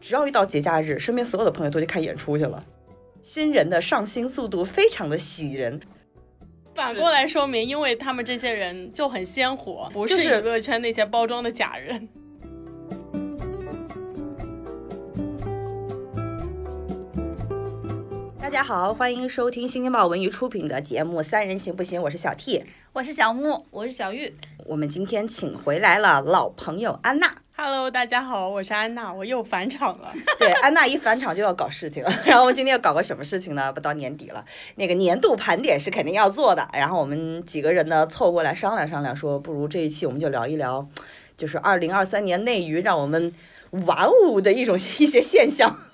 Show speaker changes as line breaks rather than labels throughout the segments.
只要一到节假日，身边所有的朋友都去看演出去了。新人的上新速度非常的喜人，
反过来说明，因为他们这些人就很鲜活，不
就是
是娱乐圈那些包装的假人。
大家好，欢迎收听新京报文娱出品的节目《三人行不行》，我是小 T。
我是小木，
我是小玉，
我们今天请回来了老朋友安娜。
Hello，大家好，我是安娜，我又返场了。
对，安娜一返场就要搞事情，然后我们今天要搞个什么事情呢？不到年底了，那个年度盘点是肯定要做的。然后我们几个人呢凑过来商量商量说，不如这一期我们就聊一聊，就是二零二三年内娱让我们。玩物的一种一些现象，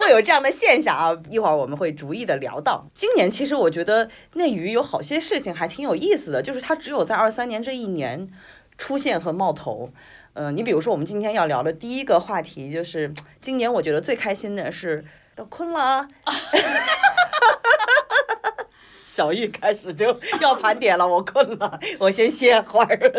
会有这样的现象啊！一会儿我们会逐一的聊到。今年其实我觉得内娱有好些事情还挺有意思的，就是它只有在二三年这一年出现和冒头。嗯、你比如说我们今天要聊的第一个话题就是今年我觉得最开心的是要困了啊。 小玉开始就要盘点了，我困了，我先歇会儿。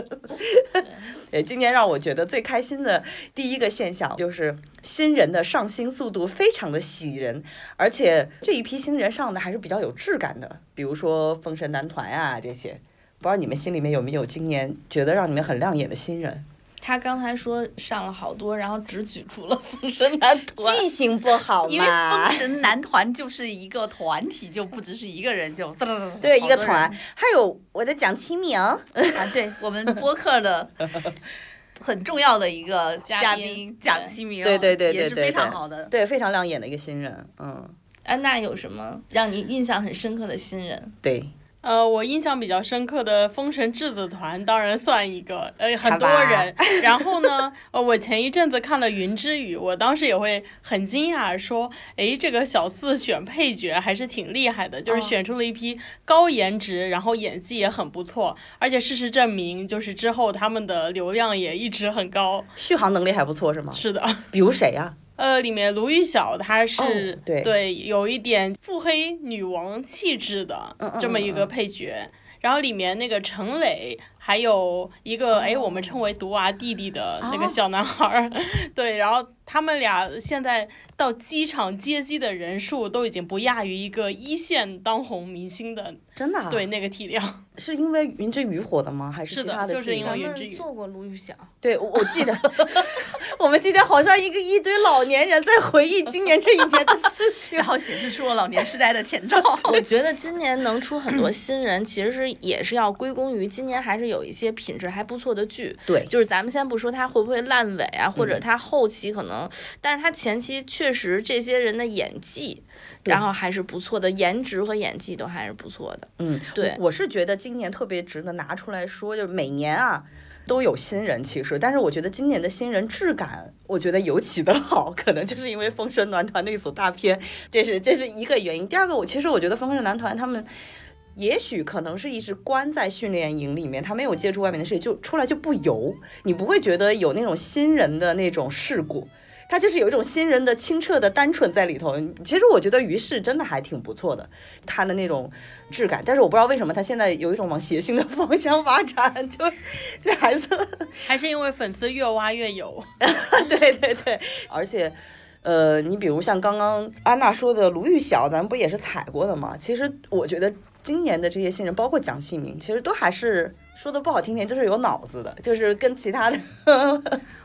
对，今年让我觉得最开心的第一个现象就是新人的上新速度非常的喜人，而且这一批新人上的还是比较有质感的，比如说风神男团啊这些。不知道你们心里面有没有今年觉得让你们很亮眼的新人？
他刚才说上了好多，然后只举出了风 神男团。
记性不好
因为
嘛
封？神男团就是一个团体，就不只是一个人，就
对，
对
一个团。还有我在讲清明，
啊，对我们播客 的很重要的一个嘉
嘉宾
蒋
对
奇明，
对对对对
也是
对
非常
对
好的。
对，非常亮眼的一个新人。嗯，
安娜有什么让你印象很深刻的新人？
对，
呃，我印象比较深刻的封神质子团当然算一个，呃，很多
吧
人。 然后呢，呃，我前一阵子看了《云之羽》，我当时也会很惊讶，说，诶，这个小四选配角还是挺厉害的，就是
哦
选出了一批高颜值，然后演技也很不错，而且事实证明，就是之后他们的流量也一直很高。
续航能力还不错是吗？
是的。
比如谁啊？
呃，里面卢昱晓她是、
哦对
有一点腹黑女王气质的
嗯嗯
这么一个配角。然后里面那个陈磊，还有一个哎、我们称为毒娃弟弟的那
哦
个小男孩儿， 对，然后他们俩现在到机场接机的人数都已经不亚于一个一线当红明星的
真的、啊？
对，那个体量。
是因为《云之羽》火的吗？还是
是
其
的
他
就是
事
因
情
为
咱
云之
们
羽
嗯做过卢昱晓，
对，我我记得， 我们今天好像一个一堆老年人在回忆今年这一年的事情
然。后显示出了老年痴呆的 前兆。
我觉得今年能出很多新人，其实是也是要归功于今年还是有一些品质还不错的剧。
对嗯
就是咱们先不说它会不会烂尾啊，或者它后期可能，但是它前期确实这些人的演技，
对
然后还是不错的，颜值和演技都还是不错的。
嗯，
对
我，我是觉得今年特别值得拿出来说，就是每年啊。都有新人，其实，但是我觉得今年的新人质感，我觉得尤其的好，可能就是因为《风神男团》那组大片，这是这是一个原因。第二个，我其实我觉得《风神男团》他们也许可能是一直关在训练营里面，他没有接触外面的世界，就出来就不游，你不会觉得有那种新人的那种世故。他就是有一种新人的清澈的单纯在里头。其实我觉得于适真的还挺不错的，他的那种质感。但是我不知道为什么他现在有一种往谐星的方向发展， 就那孩子，
还是因为粉丝越挖越有，
对对对，而且。呃，你比如像刚刚安娜说的卢昱晓，咱们不也是踩过的吗？其实我觉得今年的这些新人，包括蒋希明，其实都还是说的不好听点，就是有脑子的，就是跟其他的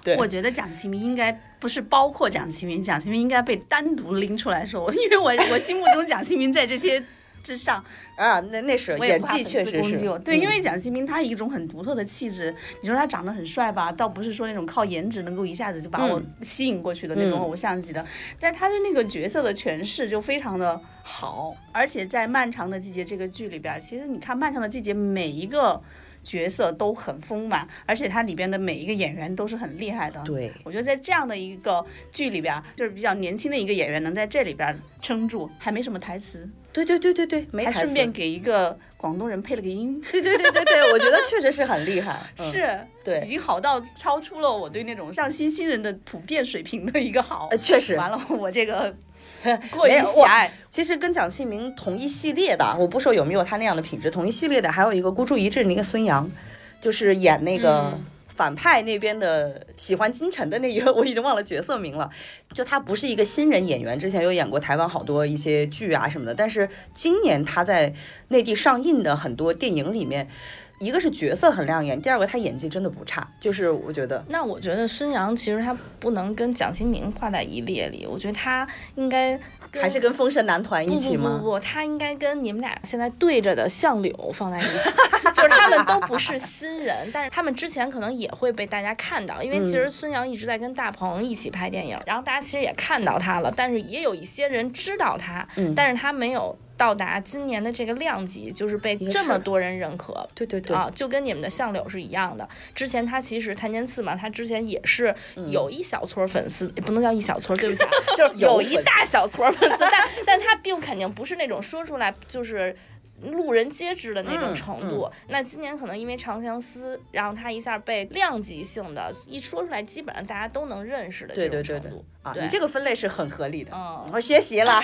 对
我觉得蒋奇明应该不是包括蒋奇明，蒋奇明应该被单独拎出来说，因为我我心目中蒋奇明在这些之上，
啊，那那是
我也
演
不怕
技确
粉丝
实
攻击
是
我，对，
嗯
因为蒋奇明他有一种很独特的气质，你说他长得很帅吧，倒不是说那种靠颜值能够一下子就把我吸引过去的那种
嗯
偶像级的，但是他对那个角色的诠释就非常的好，而且在《漫长的季节》这个剧里边儿，其实你看《漫长的季节》每一个角色都很丰满，而且它里边的每一个演员都是很厉害的，
对，
我觉得在这样的一个剧里边儿，就是比较年轻的一个演员能在这里边儿撑住，还没什么台词，
对对对对对，没
还
台
顺
词
便给一个广东人配了个音，
对对对对对，我觉得确实是很厉害，嗯、
是已
对，
经好到超出了我对那种上新新人的普遍水平的一个好
呃，。确实。
完了，我这个 过于
没有
狭
我
隘。
其实跟蒋庆明同一系列的，我不说有没有他那样的品质，同一系列的还有一个孤注一掷那个孙杨，就是演那个
嗯
反派那边的喜欢金晨的那一个，我已经忘了角色名了。就他不是一个新人演员，之前有演过台湾好多一些剧啊什么的，但是今年他在内地上映的很多电影里面，一个是角色很亮眼，第二个他演技真的不差，就是我觉得
那我觉得孙杨其实他不能跟蒋勤明画在一列里，我觉得他应该跟
还是跟风神男团一起
不不
吗
不？不，他应该跟你们俩现在对着的相柳放在一起， 就是他们都不是新人，但是他们之前可能也会被大家看到，
嗯
因为其实孙杨一直在跟大鹏一起拍电影，然后大家其实也看到他了，但是也有一些人知道他，
嗯
但是他没有到达今年的这个量级，就是被
也
这么
是
多人认可。
对对对，
啊，就跟你们的相柳是一样的。之前他其实谭健次嘛，他之前也是
嗯
有一小撮粉丝，也不能叫一小撮，对 不起啊，就是有
有
一
粉
大小撮粉丝，但但他并肯定不是那种说出来就是。路人皆知的那种
嗯
程度，那今年可能因为《长相思》，然后他一下被量级性的一说出来，基本上大家都能认识的这
对
种
对
程
对
度。
对啊，
对
你这个分类是很合理的。
嗯
我学习 了，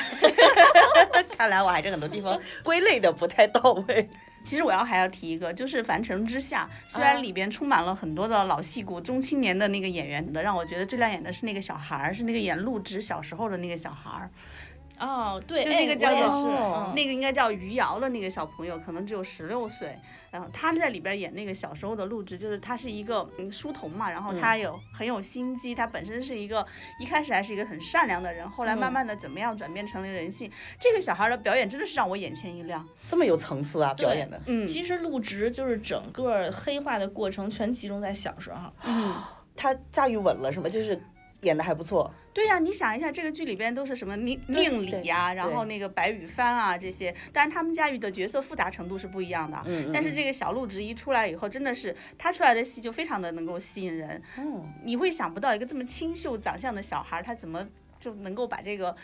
看来我还是很多地方 归类的不太到位。
其实我要还要提一个，就是《凡尘之下》，虽然里边充满了很多的老戏骨、中青年的那个演员的，让我觉得最亮眼的是那个小孩儿，是那个演陆植小时候的那个小孩儿，
哦，对，
就
哎
那个叫
我也
做
是嗯
那个应该叫余姚的那个小朋友，可能只有十六岁，然后他在里边演那个小时候的陆植，就是他是一个嗯书童嘛，然后他有、很有心机，他本身是一个一开始还是一个很善良的人，后来慢慢的怎么样转变成了人性，这个小孩儿的表演真的是让我眼前一亮，
这么有层次啊，表演的。
嗯，
其实陆植就是整个黑化的过程全集中在小时候。
他驾驭稳了，是吗？就是演的还不错。
对呀、你想一下，这个剧里边都是什么宁
对
宁理呀、然后那个白羽帆啊这些，但他们驾驭的角色复杂程度是不一样的。
嗯
但是这个小陆植一出来以后，真的是他出来的戏就非常的能够吸引人，
嗯，
你会想不到一个这么清秀长相的小孩儿，他怎么就能够把这个。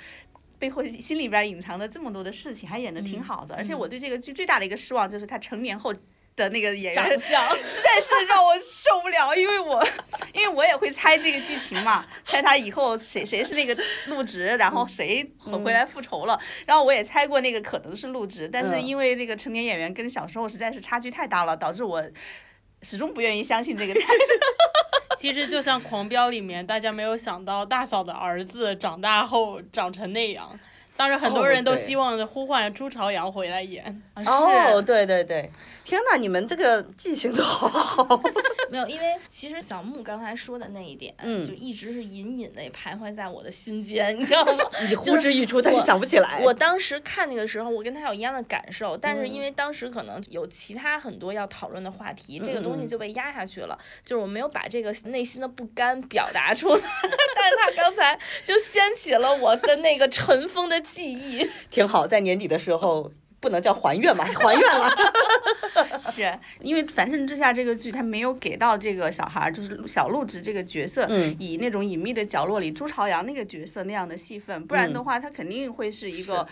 背后心里边隐藏的这么多的事情，还演的
嗯
挺好的、而且我对这个剧最大的一个失望就是他成年后的那个演员
长相
实在是让我受不了，因为我 因为我也会猜这个剧情嘛，猜他以后谁谁是那个陆植，然后谁回回来复仇了，然后我也猜过那个可能是陆植，但是
嗯
因为那个成年演员跟小时候实在是差距太大了，导致我。始终不愿意相信这个 猜测，
其实就像《狂飙》里面，大家没有想到大嫂的儿子长大后长成那样。当然，很多人
哦
都
对
希望着呼唤朱朝阳回来演。
哦，对对对，天哪，你们这个记性都好好。
没有，因为其实小木刚才说的那一点，
嗯
就一直是隐隐的徘徊在我的心间，你知 道吗？
你呼之欲出，但是想不起来。
我当时看那个时候，我跟他有一样的感受，但是
嗯
因为当时可能有其他很多要讨论的话题，这个
嗯
东西就被压下去了，就是我没有把这个内心的不甘表达出来。 但是他刚才就掀起了我的那个尘封的记 忆。
挺好，在年底的时候不能叫还愿吧，还愿了。
是因为《凡尘之下》这个剧，他没有给到这个小孩儿，就是小陆植这个角色，
嗯
以那种隐秘的角落里朱朝阳那个角色那样的戏份，不然的
嗯
话，他肯定会是一个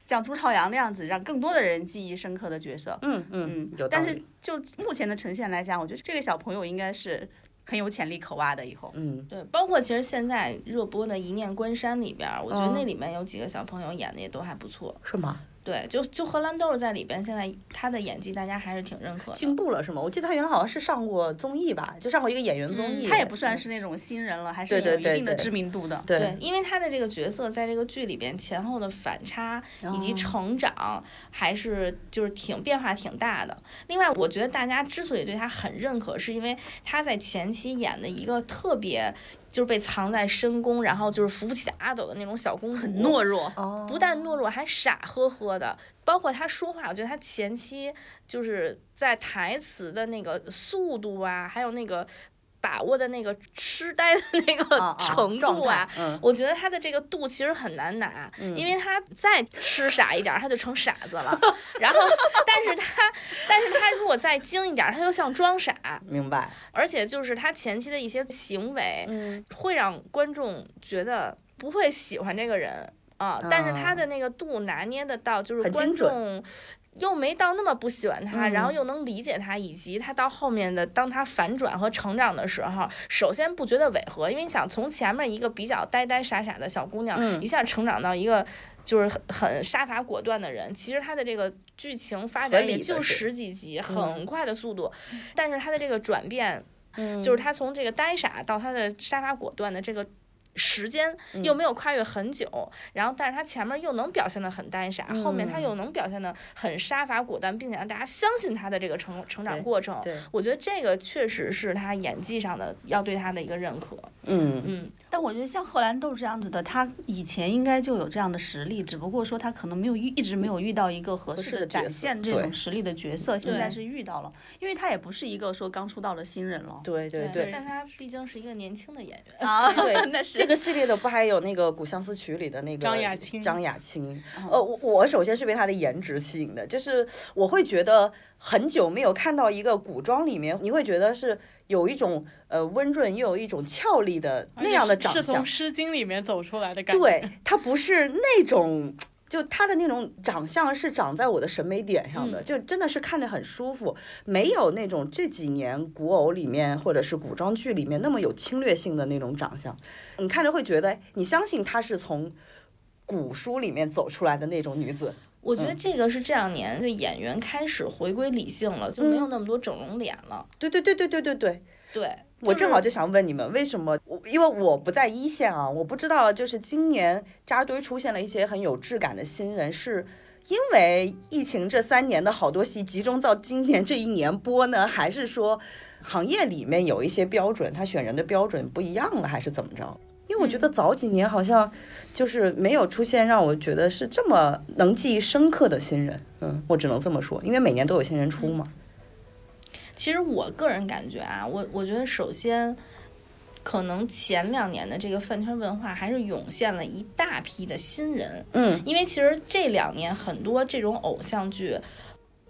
像朱朝阳那样子，让更多的人记忆深刻的角色。
嗯
嗯
嗯，有，道
但是
理。
就目前的呈现来讲，我觉得这个小朋友应该是很有潜力可挖的。以后，
嗯，
对，包括其实现在热播的《一念关山》里边儿，我觉得
嗯
那里面有几个小朋友演的也都还不错。
是吗？
对，就就荷兰豆在里边，现在他的演技大家还是挺认可的。
进步了是吗？我记得他原来好像是上过综艺吧，就上过一个演员综艺。
他也不算是那种新人了，还
嗯
是
对对
有一
对
定的
对
知名度的。
对
对，，因为他的这个角色在这个剧里边前后的反差
哦
以及成长，还是就是挺变化挺大的。另外，我觉得大家之所以对他很认可，是因为他在前期演的一个特别就是被藏在深宫，然后就是扶不起的阿斗的那种小公主，
很懦弱，
哦，
不但懦弱，还傻呵呵的。包括他说话，我觉得他前期就是在台词的那个速度啊，还有那个把握的那个痴呆的那个
啊
程度啊，，
状态嗯，
我觉得他的这个度其实很难拿，因为他再痴傻一点儿，他就成傻子了。然后，但是他，但是他如果再精一点儿，他又像装傻。
明白。
而且就是他前期的一些行为，
嗯
会让观众觉得不会喜欢这个人啊。但是他的那个度拿捏得到，就是
很
观
精准
众。又没到那么不喜欢他，
嗯
然后又能理解他，以及他到后面的当他反转和成长的时候，首先不觉得违和，因为你想从前面一个比较呆呆傻傻的小姑娘，
嗯
一下成长到一个就是很很杀伐果断的人，其实他的这个剧情发
合
展
理
也
的
就是
嗯
十几集，很快的速度，但是他的这个转变
嗯
就是他从这个呆傻到他的杀伐果断的这个。时间
嗯
又没有跨越很久，然后但是他前面又能表现的很呆傻，后面他
嗯
又能表现的很杀伐果断，并且让大家相信他的这个成成长
对
过程。
对，
我觉得这个确实是他演技上的要对他的一个认可。
嗯
嗯，
但我觉得像贺兰豆这样子的，他以前应该就有这样的实力，只不过说他可能没有遇，一直没有遇到一个合
合
适
适
的
的角
展
色
现这
对
种实力的角色，现
对
在是遇到了，因为他也不是一个说刚出道的新人了。
对对对。
但他毕竟是一个年轻的演员。
啊，
对
那
这个系列的不还有那个《古相思曲》里的那个
张雅青
张雅青，呃，我我首先是被她的颜值吸引的，就是我会觉得很久没有看到一个古装里面，你会觉得是有一种呃温润又有一种俏丽的那样的长
是从
相，
《诗经》里面走出来的感觉。
对，她不是那种。就她的那种长相是长在我的审美点上的，
嗯
就真的是看着很舒服，没有那种这几年古偶里面或者是古装剧里面那么有侵略性的那种长相。你看着会觉得，哎你相信她是从古书里面走出来的那种女子。
我
嗯
觉得这个是这两年就演员开始回归理性了，就没
嗯
有那么多整容脸了。
对对对对对对对，
对，
我正好
就
就想问你们，为什么？我因为我不在一线啊，我不知道，就是今年扎堆出现了一些很有质感的新人，是因为疫情这三年的好多戏集中到今年这一年播呢，还是说行业里面有一些标准，他选人的标准不一样了，还是怎么着？因为我觉得早几年好像就是没有出现让我觉得是这么能记忆深刻的新人，嗯，我只能这么说，因为每年都有新人出嘛，
是其实我个人感觉啊，我我觉得首先。可能前两年的这个饭圈文化还是涌现了一大批的新人，
嗯
因为其实这两年很多这种偶像剧，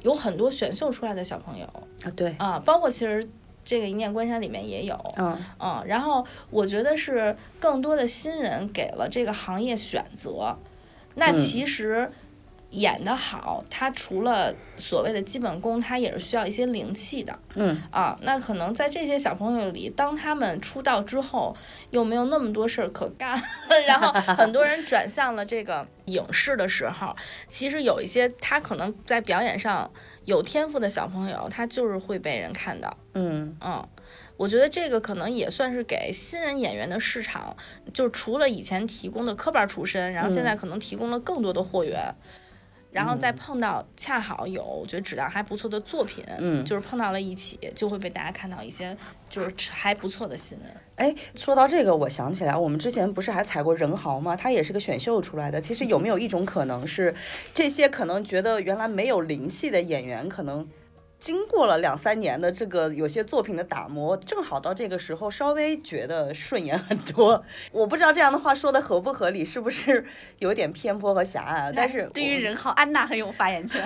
有很多选秀出来的小朋友，
啊对，
啊，包括其实这个《一念关山》里面也有，
嗯
嗯，然后我觉得是更多的新人给了这个行业选择，那
嗯
其实。演得好，他除了所谓的基本功，他也是需要一些灵气的
嗯
啊。那可能在这些小朋友里，当他们出道之后，又没有那么多事儿可干， 然后很多人转向了这个影视的时候，其实有一些他可能在表演上有天赋的小朋友，他就是会被人看到。
嗯
嗯，我觉得这个可能也算是给新人演员的市场，就除了以前提供的科班出身，然后现在可能提供了更多的货源，然后再碰到恰好有我觉得质量还不错的作品，
嗯，
就是碰到了一起，就会被大家看到一些就是还不错的新人。。
哎，说到这个，我想起来，我们之前不是还采过任豪吗？他也是个选秀出来的。其实有没有一种可能是，这些可能觉得原来没有灵气的演员，可能经过了两三年的这个有些作品的打磨，正好到这个时候稍微觉得顺眼很多。我不知道这样的话说的合不合理，是不是有点偏颇和狭隘啊？但是
哎对于
我
任浩，安娜很有发言 权。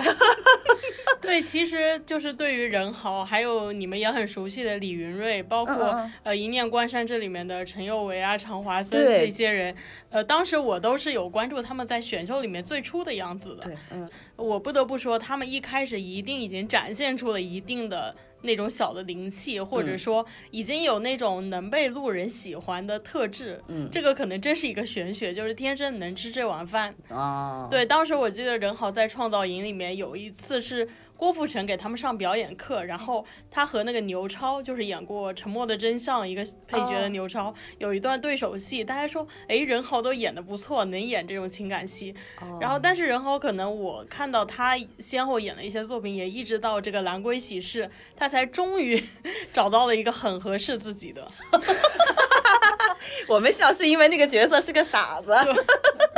对，其实就是对于任豪，还有你们也很熟悉的李云锐，包括
嗯嗯嗯
呃《一念关山》这里面的陈宥维啊、常华森
对
这些人，呃，当时我都是有关注他们在选秀里面最初的样子的。
对，嗯
我不得不说，他们一开始一定已经展现出了一定的。那种小的灵气，或者
嗯
说已经有那种能被路人喜欢的特质，
嗯
这个可能真是一个玄学，就是天生能吃这碗饭。
啊，
对，当时我记得任豪在创造营里面有一次是郭富城给他们上表演课，然后他和那个牛超，就是演过《沉默的真相》一个配角
哦
的牛超，有一段对手戏，大家说，哎，任豪都演的不错，能演这种情感戏。
哦
然后，但是任豪可能我看到他先后演了一些作品，也一直到这个《蓝龟喜事》，他才终于 找到了一个很合适自己的。
我们笑是因为那个角色是个傻子，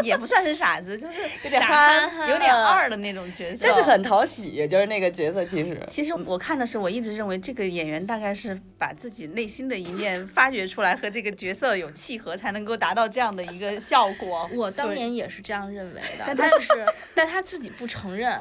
也不算是傻子，就是
点
傻
憨
憨，有啊点二的那种角色。
但是很讨喜，就是那个角色其 实。
其实我看的时候，我一直认为这个演员大概是把自己内心的一面发掘出来，和这个角色有契合，才能够达到这样的一个效果
我当
对
年也是这样认为的，但是但他自己不承认，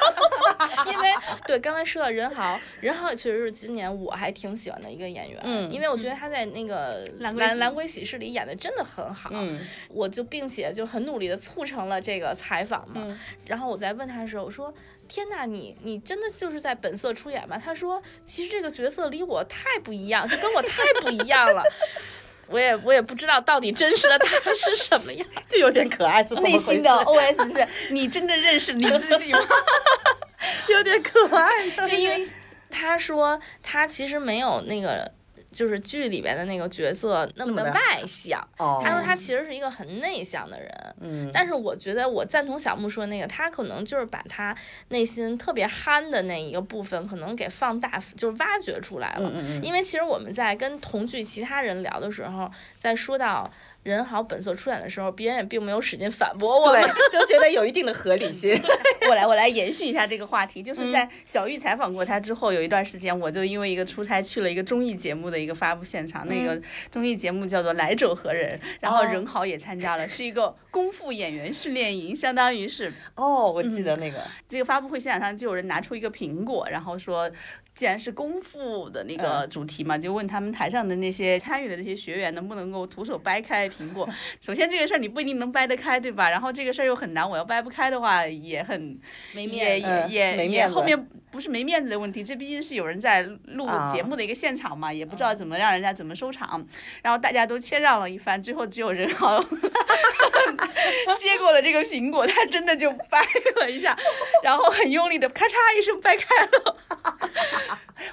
因为对刚才说到任豪，任豪也确实是今年我还挺喜欢的一个演员，
嗯
因为我觉得他在那个《
蓝
蓝
龟喜
蓝龟喜事》里演的真的很好，
嗯，
我就并且就很努力的促成了这个采访嘛，
嗯
然后我在问他的时候，我说：“天呐，你你真的就是在本色出演吗？”他说：“其实这个角色离我太不一样，就跟我太不一样了。” 我也我也不知道到底真实的他是什么样，
这有点可爱，是怎么
内
回
心
事
的哦 OS 是：你真的认识你自己吗？
有点可爱，
就因为他说他其实没有那个就是剧里边的那个角色那么
那
的
么的
外向，
哦，
他说他其实是一个很内向的人。
嗯，
但是我觉得我赞同小木说那个，他可能就是把他内心特别憨的那一个部分，可能给放大，就是挖掘出来了。
嗯嗯嗯，
因为其实我们在跟同剧其他人聊的时候，在说到人好本色出演的时候，别人也并没有使劲反驳我们。
对，都觉得有一定的合理性。
我来，我来延续一下这个话题，
嗯
就是在小玉采访过他之后，有一段时间，我就因为一个出差去了一个综艺节目的一个发布现场，那个综艺节目叫做《来者何人》，然后
嗯哦
任豪也参加了，是一个功夫演员训练营，相当于是
哦，我记得那个，
这个发布会现场上就有人拿出一个苹果，然后说，既然是功夫的那个主题嘛，就问他们台上的那些参与的这些学员能不能够徒手掰开苹果。 首先这个事儿你不一定能掰得开，对吧？然后这个事儿又很难，我要掰不开的话也很
没
也
面子，
也
嗯
也
没
也
面子
后面不是没面子的问题，这毕竟是有人在录
啊嗯
节目的一个现场嘛，也不知道怎么让人家怎么收场，然后大家都谦让了一番，最后只有任豪 接过了这个苹果，他真的就掰了一下，然后很用力的咔嚓一声掰开了。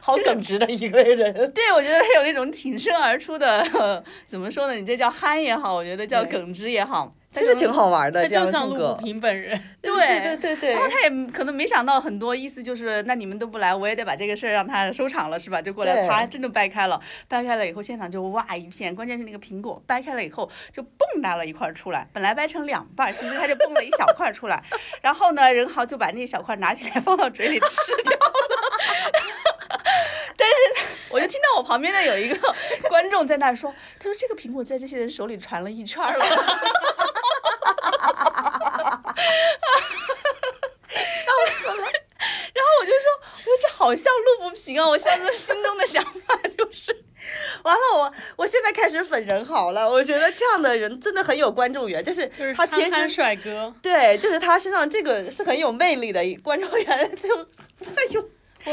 好耿直的一个人。
对，我觉得他有那种挺身而出的， 呃怎么说呢？你这叫憨也好，我觉得叫
对
耿直也好，
其实挺好玩
他
的，这样
就
的
像
性
陆
格
虎。平本 人，
对
对对对
然后
对，
他也可能没想到很多，意思就是那你们都不来，我也得把这个事儿让他收场了，是吧？就过来
对
啪，真的掰开了，掰开了以后现场就哇一片，关键是那个苹果掰开了以后就蹦拉了一块儿出来，本来掰成两半儿，其实它就蹦了一小块儿出来，然后呢，任豪就把那小块儿拿起来放到嘴里吃掉了。 但是我就听到我旁边的有一个观众在那儿说，他说这个苹果在这些人手里传了一圈儿了。 我就说，我说这好像路不平啊！我现在心中的想法就是，
完了我我现在开始粉人好了，我觉得这样的人真的很有观众缘，就是
就是
他
憨
天
憨
生
帅哥。
对，就是他身上这个是很有魅力的一观众缘，就哎呦，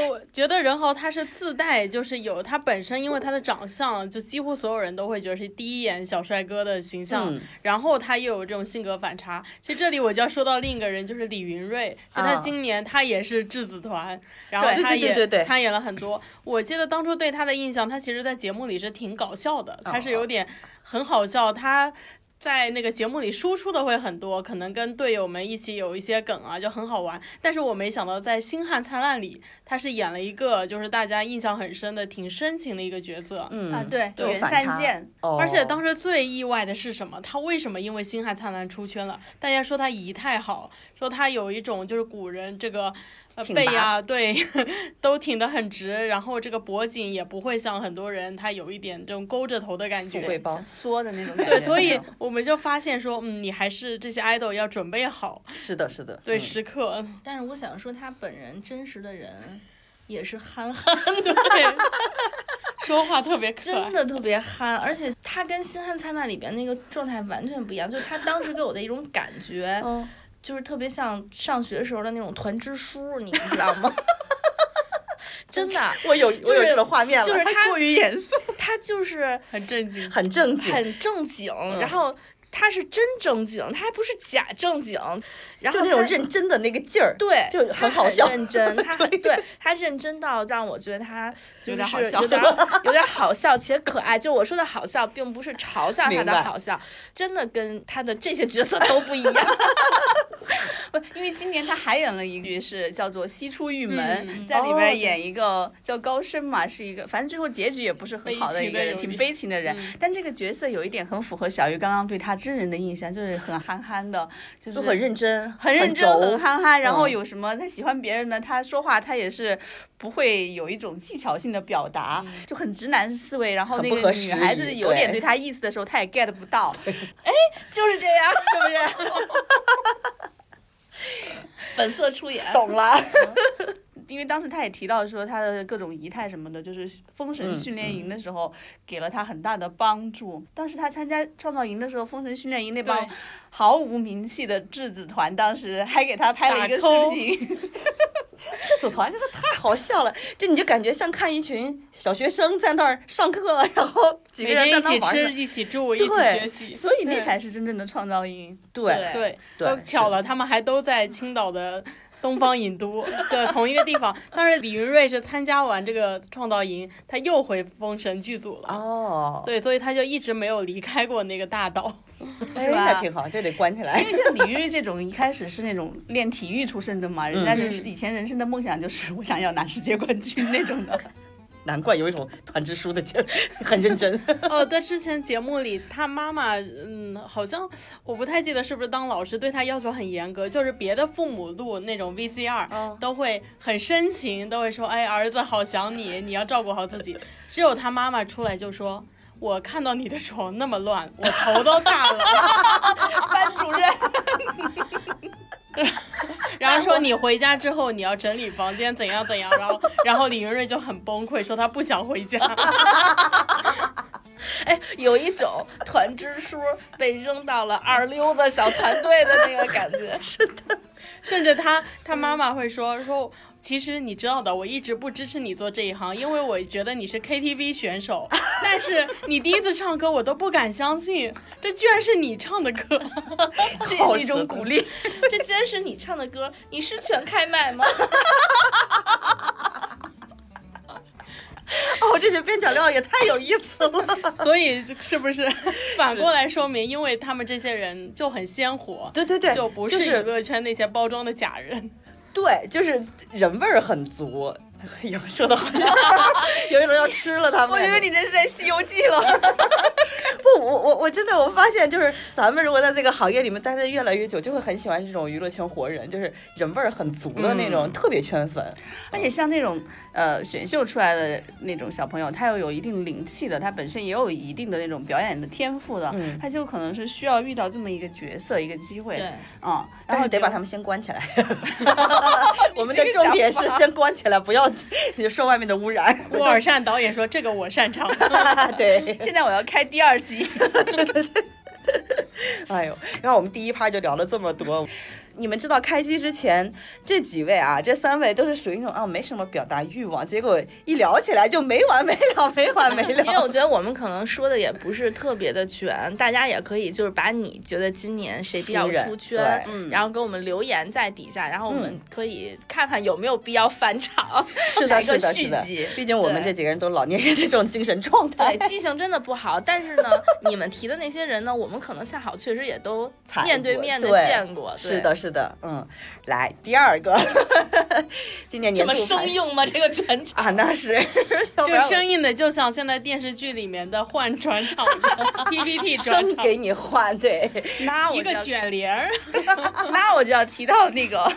我觉得任豪他是自带，就是有他本身，因为他的长相，就几乎所有人都会觉得是第一眼小帅哥的形象，
嗯
然后他又有这种性格反差。其实这里我就要说到另一个人，就是李云瑞，其实他
啊
今年他也是质子团，然后
对
他
对对
也
对对
参演了很多。我记得当初对他的印象，他其实在节目里是挺搞笑的，他是有点很好笑，他。在那个节目里输出的会很多，可能跟队友们一起有一些梗啊，就很好玩。但是我没想到在《星汉灿烂》里，他是演了一个就是大家印象很深的、挺深情的一个角色。
嗯
对
有
袁
反
善
差
见，
哦
而且当时最意外的是什么？他为什么因为《星汉灿烂》出圈了？大家说他仪态好，说他有一种就是古人这个。呃，
挺
背呀、对， 都挺得很直，然后这个脖颈也不会像很多人他有一点这种勾着头的感觉，
富贵包
缩的那种感觉。
对，所 以我们就发现说，嗯，你还是这些 idol 要准备好，
是的是的，
对
嗯，
时刻，
但是我想说，他本人真实的人也是憨憨，
对， 说话特别可爱
真。的特别憨，而且他跟《星汉灿烂》里边那个状态完全不一样，就是他当时给我的一种感觉
嗯
就是特别像上学时候的那种团支书，你知道吗？ 真 的，
我有我有
是
这种画面了，
就是
他
他
过于严肃，
他就是
很震惊，
很正经，嗯
很正经，然后他是真正经，他还不是假正经，然后
就那种
他
认真的那个劲儿，
对，
就
他
很好笑
认 真，他很对他认真到让我觉得他
有
就是
点好笑
有点儿有点儿好笑且可爱。就我说的好笑，并不是嘲笑他
明
的
白
好笑，真的跟他的这些角色都不一样。
不，因为今年他还演了一剧是叫做《西出玉门》，
嗯
在里
哦
边演一个叫高升嘛，是一个反正最后结局也不是很好的一个
悲情的
人，
有一
挺
点
悲情的人。
嗯
但这个角色有一点很符合小鱼刚刚对他真人的印象，就是很憨憨的，就是
都很认真，
很认真，
轴
很憨憨。然后
嗯
有什么他喜欢别人呢？他说话他也是不会有一种技巧性的表达，就很直男思维。然
嗯
后
很不
那个
合
女
时
孩
宜
子有点
对
对他意思的时候，他也 get 不到。
就是这样，
是不是？
本色出演。
懂 了，
因为当时他也提到说他的各种仪态什么的，就是封神
嗯
训练营的时候给了他很大的帮助。当时他参加创造营的时候，封神训练营那帮
对
毫无名气的质子团，当时还给他拍了一个
打 call
视频，
这组团真的太好笑了，就你就感觉像看一群小学生在那儿上课，然后几个
每
人
天
在
一
那儿玩
起吃，
儿。
一起住，一起学
对
习。
所以那才是真正的创造营。
对
对，
对
都巧
是
了，他们还都在青岛的东方影都，对，同一个地方。但是李云瑞是参加完这个创造营，他又回封神剧组了。
哦，
对，所以他就一直没有离开过那个大岛。
哎，
是吧
那挺好，这得关起来
因。为像李玉这种一开始是那种练体育出身的嘛，人家
嗯
人生以前人生的梦想就是我想要拿世界冠军那种的。
难怪有一种团支书的劲儿，很认真。
哦，在之前节目里，他妈妈，嗯，好像我不太记得是不是当老师对他要求很严格，就是别的父母录那种 VCR，、
哦
都会很深情，都会说，哎，儿子好想你，你要照顾好自己。只有他妈妈出来就说。我看到你的床那么乱，我头都大了。
班主任，
然后说你回家之后你要整理房间，怎样怎样。然后，然后李云瑞就很崩溃，说他不想回家。
哎，有一种团支书被扔到了二溜子小团队的那个感 觉。
甚至他他妈妈会说说，其实你知道的，我一直不支持你做这一行，因为我觉得你是 KTV 选手，但是你第一次唱歌，我都不敢相信，这居然是你唱的歌。
这
好
也是一种
神
鼓励。这居然是你唱的歌，你是全开 麦吗？
哦，这些边角料也太有意思 了。
所以是不是反过来说明，因为他们这些人就很鲜活，
对对对，
就不
就是
娱乐圈那些包装的假人。
对，就是人味儿很足。 有说的好像 有一种要吃了他们
我
的
觉
感觉。
得你这是在《西游记》了。
不，我我我真的我发现，就是咱们如果在这个行业里面待的越来越久，就会很喜欢这种娱乐圈活人，就是人味儿很足的那种，特别圈粉。
而且像那种呃选秀出来的那种小朋友，他又有一定灵气的，他本身也有一定的那种表演的天赋的，
嗯
他就可能是需要遇到这么一个角色一个机会，
对，
嗯，然
但
后
是得把他们先关起来。我们的重点是先关起来，不要你就受外面的污染。
沃尔善导演说这个我擅长。
对，
现在我要开第二季，
哎呦，然后我们第一趴就聊了这么多。你们知道开机之前这几位啊，这三位都是属于那种啊没什么表达欲望，结果一聊起来就没完没了，没完没
因为
了。
我觉得我们可能说的也不是特别的全，大家也可以就是把你觉得今年谁比较
新人
出圈
对，嗯
然后给我们留言在底下，然后我们可以看看有没有必要返 场。
是
来
的，
个
是的，
续
是的
集。
毕竟我们
对
这几个人都老年人这种精神状态
对，，记性真的不好，但是呢，你们提的那些人呢，我们可能恰好确实也都
踩
面对
过
面的
对
见过。对
是的，，是的，嗯，来第二个，今年
这
年度
么生
排
硬吗？这个 转场。
啊，那 是，要不
就
然我
生硬的，就像现在电视剧里面的换转场的 PPT 转
生
场，
给你换，对，
那
一
我就
个
要
卷帘儿，
那我就要提到那个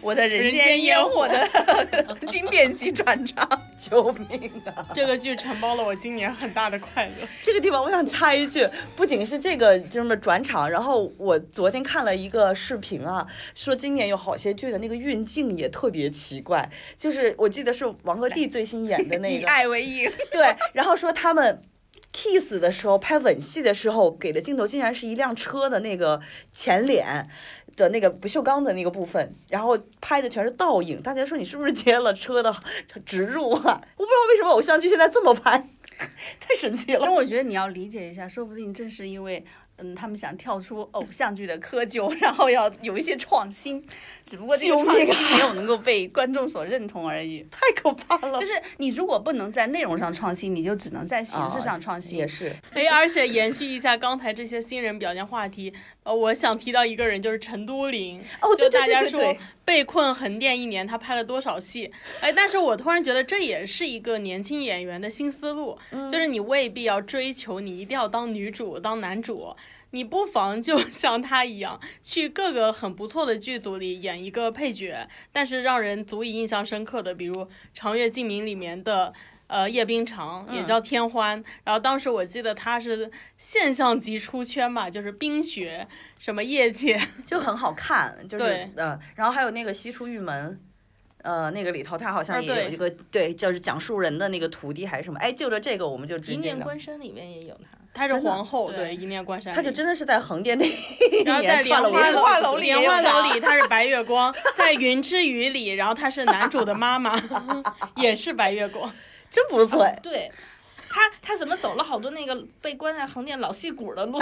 我的人
人间
间
烟
烟火的 经典级转场。
救命啊！
这个剧承包了我今年很大的快乐。
这个地方我想插一句，不仅是这个这么转场，然后我昨天看了一个视频啊，说今年有好些剧的那个运镜也特别奇怪，就是我记得是王鹤棣最新演的那
以
个，
爱为引，
对，然后说他们 kiss 的时候拍吻戏的时候给的镜头竟然是一辆车的那个前脸。的那个不锈钢的那个部分，然后拍的全是倒影，大家说你是不是接了车的植入啊？我不知道为什么偶像剧现在这么拍，太神奇了
但。我觉得你要理解一下，说不定正是因为，嗯，他们想跳出偶像剧的窠臼，然后要有一些创新，只不过这个
救
创
命啊
新没有能够被观众所认同而已。
太可怕了
就。是你如果不能在内容上创新，你就只能在形式上创
哦
新。
也是，
哎，而且延续一下刚才这些新人表现话题，呃，我想提到一个人就是陈都灵，
哦对
就
对
大家
对对
说
对
被困横店一年，他拍了多少戏？哎，但是我突然觉得这也是一个年轻演员的新思路，就是你未必要追求你一定要当女主、当男主。你不妨就 像他一样，去各个很不错的剧组里演一个配角，但是让人足以印象深刻的，比如《长月烬明》里面的呃叶冰裳，
嗯
也叫天欢。然后当时我记得他是现象级出圈嘛，就是冰雪什么业界，
就很好看，就是
对
嗯、呃然后还有那个西出玉门。呃，那个里头他好
啊
像也有
对
一个、对就是讲述人的那个徒弟还是什么，哎，就着这个我们就直
一
接
念
聊。
关山里面也有
她
他，
是
真的
皇后，
对
对，一念关山里，
他就真的是在横店那
然
一
后在
年
莲
串了无
花
数
莲花楼里
莲
也有
花楼
她
里她是白月光，在云之羽里，然后她是男主的妈 妈，也是白月光。
真不错，
啊
哎
对。他他怎么走了好多那个被关在横店老戏骨的路？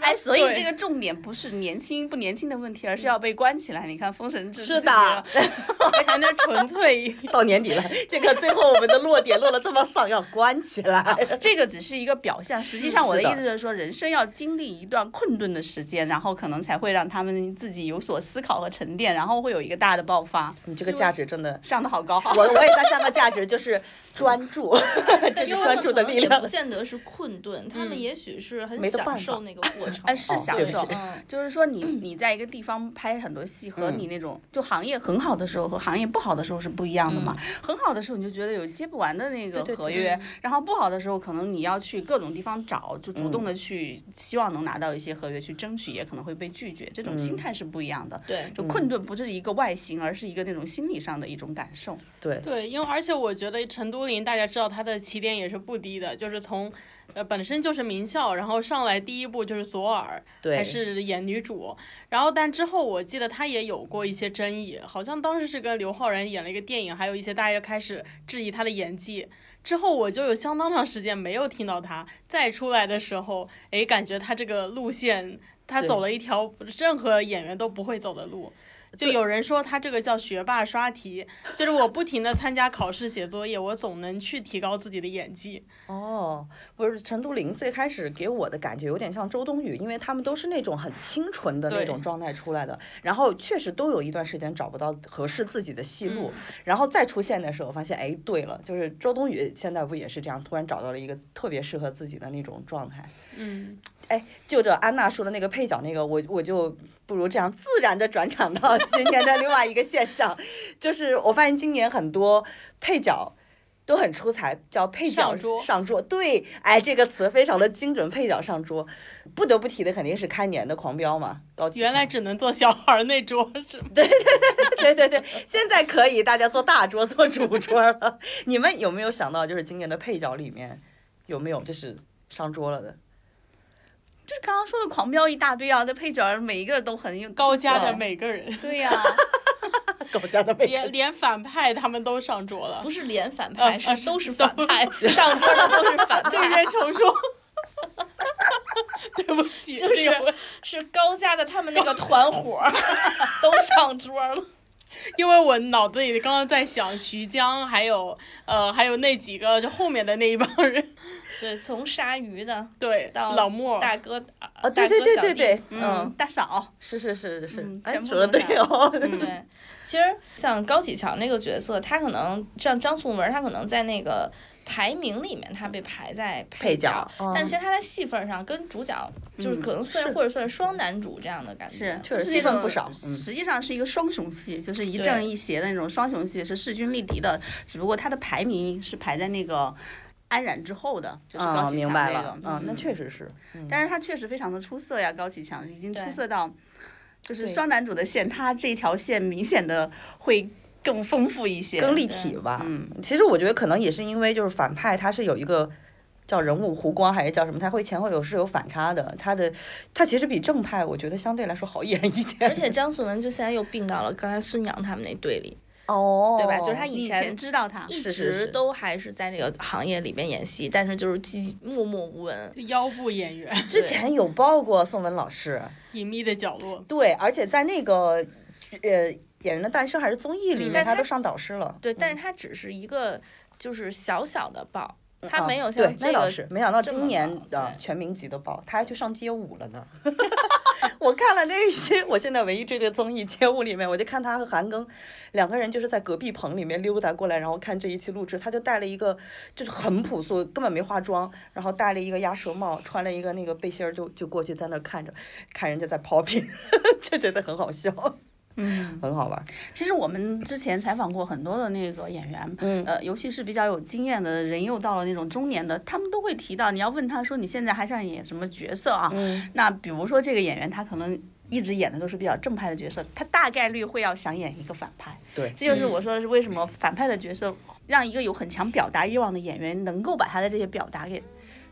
哎，所以
对
这个重点不是年轻不年轻的问题，而是要被关起来。你看《封神志》
是
自己了
的，
才能纯粹。
到年底了，这个最后我们的落点落了这么丧，要关起来。
这个只是一个表象，实际上我的
是的
意思是说，人生要经历一段困顿的时间，然后可能才会让他们自己有所思考和沉淀，然后会有一个大的爆发。
你这个价值真的，
上的好高，
我我也在上个价值就是专注， 这是
因为
专注的力
也
量嗯
不。见得是困顿，他们也许是很
没得办
享
法
受那个过程。
哎，是
哦
享
对不
受。
起
嗯，
就是说你，你在一个地方拍很多戏，和
嗯
你那种就行业很好的时候和行业不好的时候是不一样的嘛。很好的时候，你就觉得有接不完的那个
对对
合约，然后不好的时候，可能你要去各种地方找，就主动的去，希望能拿到一些合约去争取，也可能会被拒绝。这种心态是不一样的。
对，
嗯
就困顿不是一个外形，而是一个那种心理上的一种感受。
对，
对，因为而且我觉得陈都灵，大家知道她的起点也是不低的，就是从。呃，本身就是名校，然后上来第一部就是索尔，
对
还是演女主。然后，但之后我记得她也有过一些争议，好像当时是跟刘昊然演了一个电影，还有一些大家开始质疑她的演技。之后我就有相当长时间没有听到她再出来的时候，诶，感觉她这个路线，她
对
走了一条任何演员都不会走的路。就有人说她这个叫学霸刷题，就是我不停的参加考试、写作业，我总能去提高自己的演技。
哦，不是陈都灵最开始给我的感觉有点像周冬雨，因为他们都是那种很清纯的那
对
种状态出来的，然后确实都有一段时间找不到合适自己的戏路，然后再出现的时候发现，哎，对了，就是周冬雨现在不也是这样，突然找到了一个特别适合自己的那种状态。
嗯，
哎，就着安娜说的那个配角那个，我我就不如这样自然的转场到 今年的另外一个现象，就是我发现今年很多配角。都很出彩，叫配角
上桌
上桌，对，哎，这个词非常的精准，配角上桌，不得不提的肯定是开年的狂飙嘛，高启强
原来只能坐小孩儿那桌是吗？
对对对，现在可以大家坐大桌坐主桌了。 你们有没有想到，就是今年的配角里面有没有就是上桌了的？
就是刚刚说的狂飙一大堆啊，那配角每一个都很有
高家的
特色
每个人，
对呀、
高家的配角
连连反派他们都上桌了
不，是连
哦
反派，
啊
是都是 反派，上桌的都是反
对
派，
人重说。 对不起，
就
这
是
个我
是高家的他们那个团伙儿 都上桌 了。
因为我脑子里刚刚在想徐江，还有呃，还有那几个就后面的那一帮人，
对，从鲨鱼的
对，
到
老莫，
大哥啊
啊，对对对对对，
嗯，大嫂，
是是是是
嗯
是，哎，
全部
说的
都嗯
对
在
哦，
对，其实像高启强这个角色，他可能像张颂文，他可能在那个排名里面，他被排在
配
角，
角，嗯
但其实他在戏份上跟主角就是可能算、
是
或者算双男主这样的感觉
是，，
确
就
实
是
戏
那
份
种
不少嗯
实际上是一个双雄戏，就是一
对
正一邪的那种双雄戏，是势均力敌的。只不过它的排名是排在那个安然之后的，就是高
啊，
启
明
强
白
那
了
个。，
嗯，那确实是，
但是他确实非常的出色呀，高启强已经
对
出色到，就是
对
双男主的线，他这条线明显的会更丰富一些，
更立体吧。
嗯，
其实我觉得可能也是因为就是反派他是有一个。叫人物弧光还是叫什么？他会前后有是有反差的，他的他其实比正派我觉得相对来说好演一点。
而且张颂文就现在又并到了刚才孙杨他们那队里，
哦，
对吧？就是他
你以前
前
知道他，
一
是是
直
是
都还是在这个行业里边演戏，但是就是寂默默无闻。
腰部演员，
之前有报过宋文老师，
隐秘的角落，
对，而且在那个呃《演员的诞生》还是综艺里
嗯
面，
但
他
他
都上导师了。嗯
对，但是他只是一个就是小小的爆，他
啊
没有像
对
这
那倒
个
是，没想到
这
今
么
年
爆
啊
对
全民级的爆，他还去上街舞了呢。 我看了那些，我现在唯一追的综艺街舞里面，我就看他和韩庚两个人就是在隔壁棚里面溜达过来，然后看这一期录制，他就戴了一个就是很朴素，根本没化妆，然后戴了一个鸭舌帽，穿了一个那个背心儿，就就过去在那儿看着看人家在 popping，就 觉得很好笑，
嗯，
很好玩儿。
其实我们之前采访过很多的那个演员，
嗯
呃，尤其是比较有经验的人，又到了那种中年的，他们都会提到，你要问他说你现在还想演什么角色啊？
嗯，
那比如说这个演员，他可能一直演的都是比较正派的角色，他大概率会要想演一个反派。
对嗯
这就是我说的是为什么反派的角色让一个有很强表达欲望的演员能够把他的这些表达给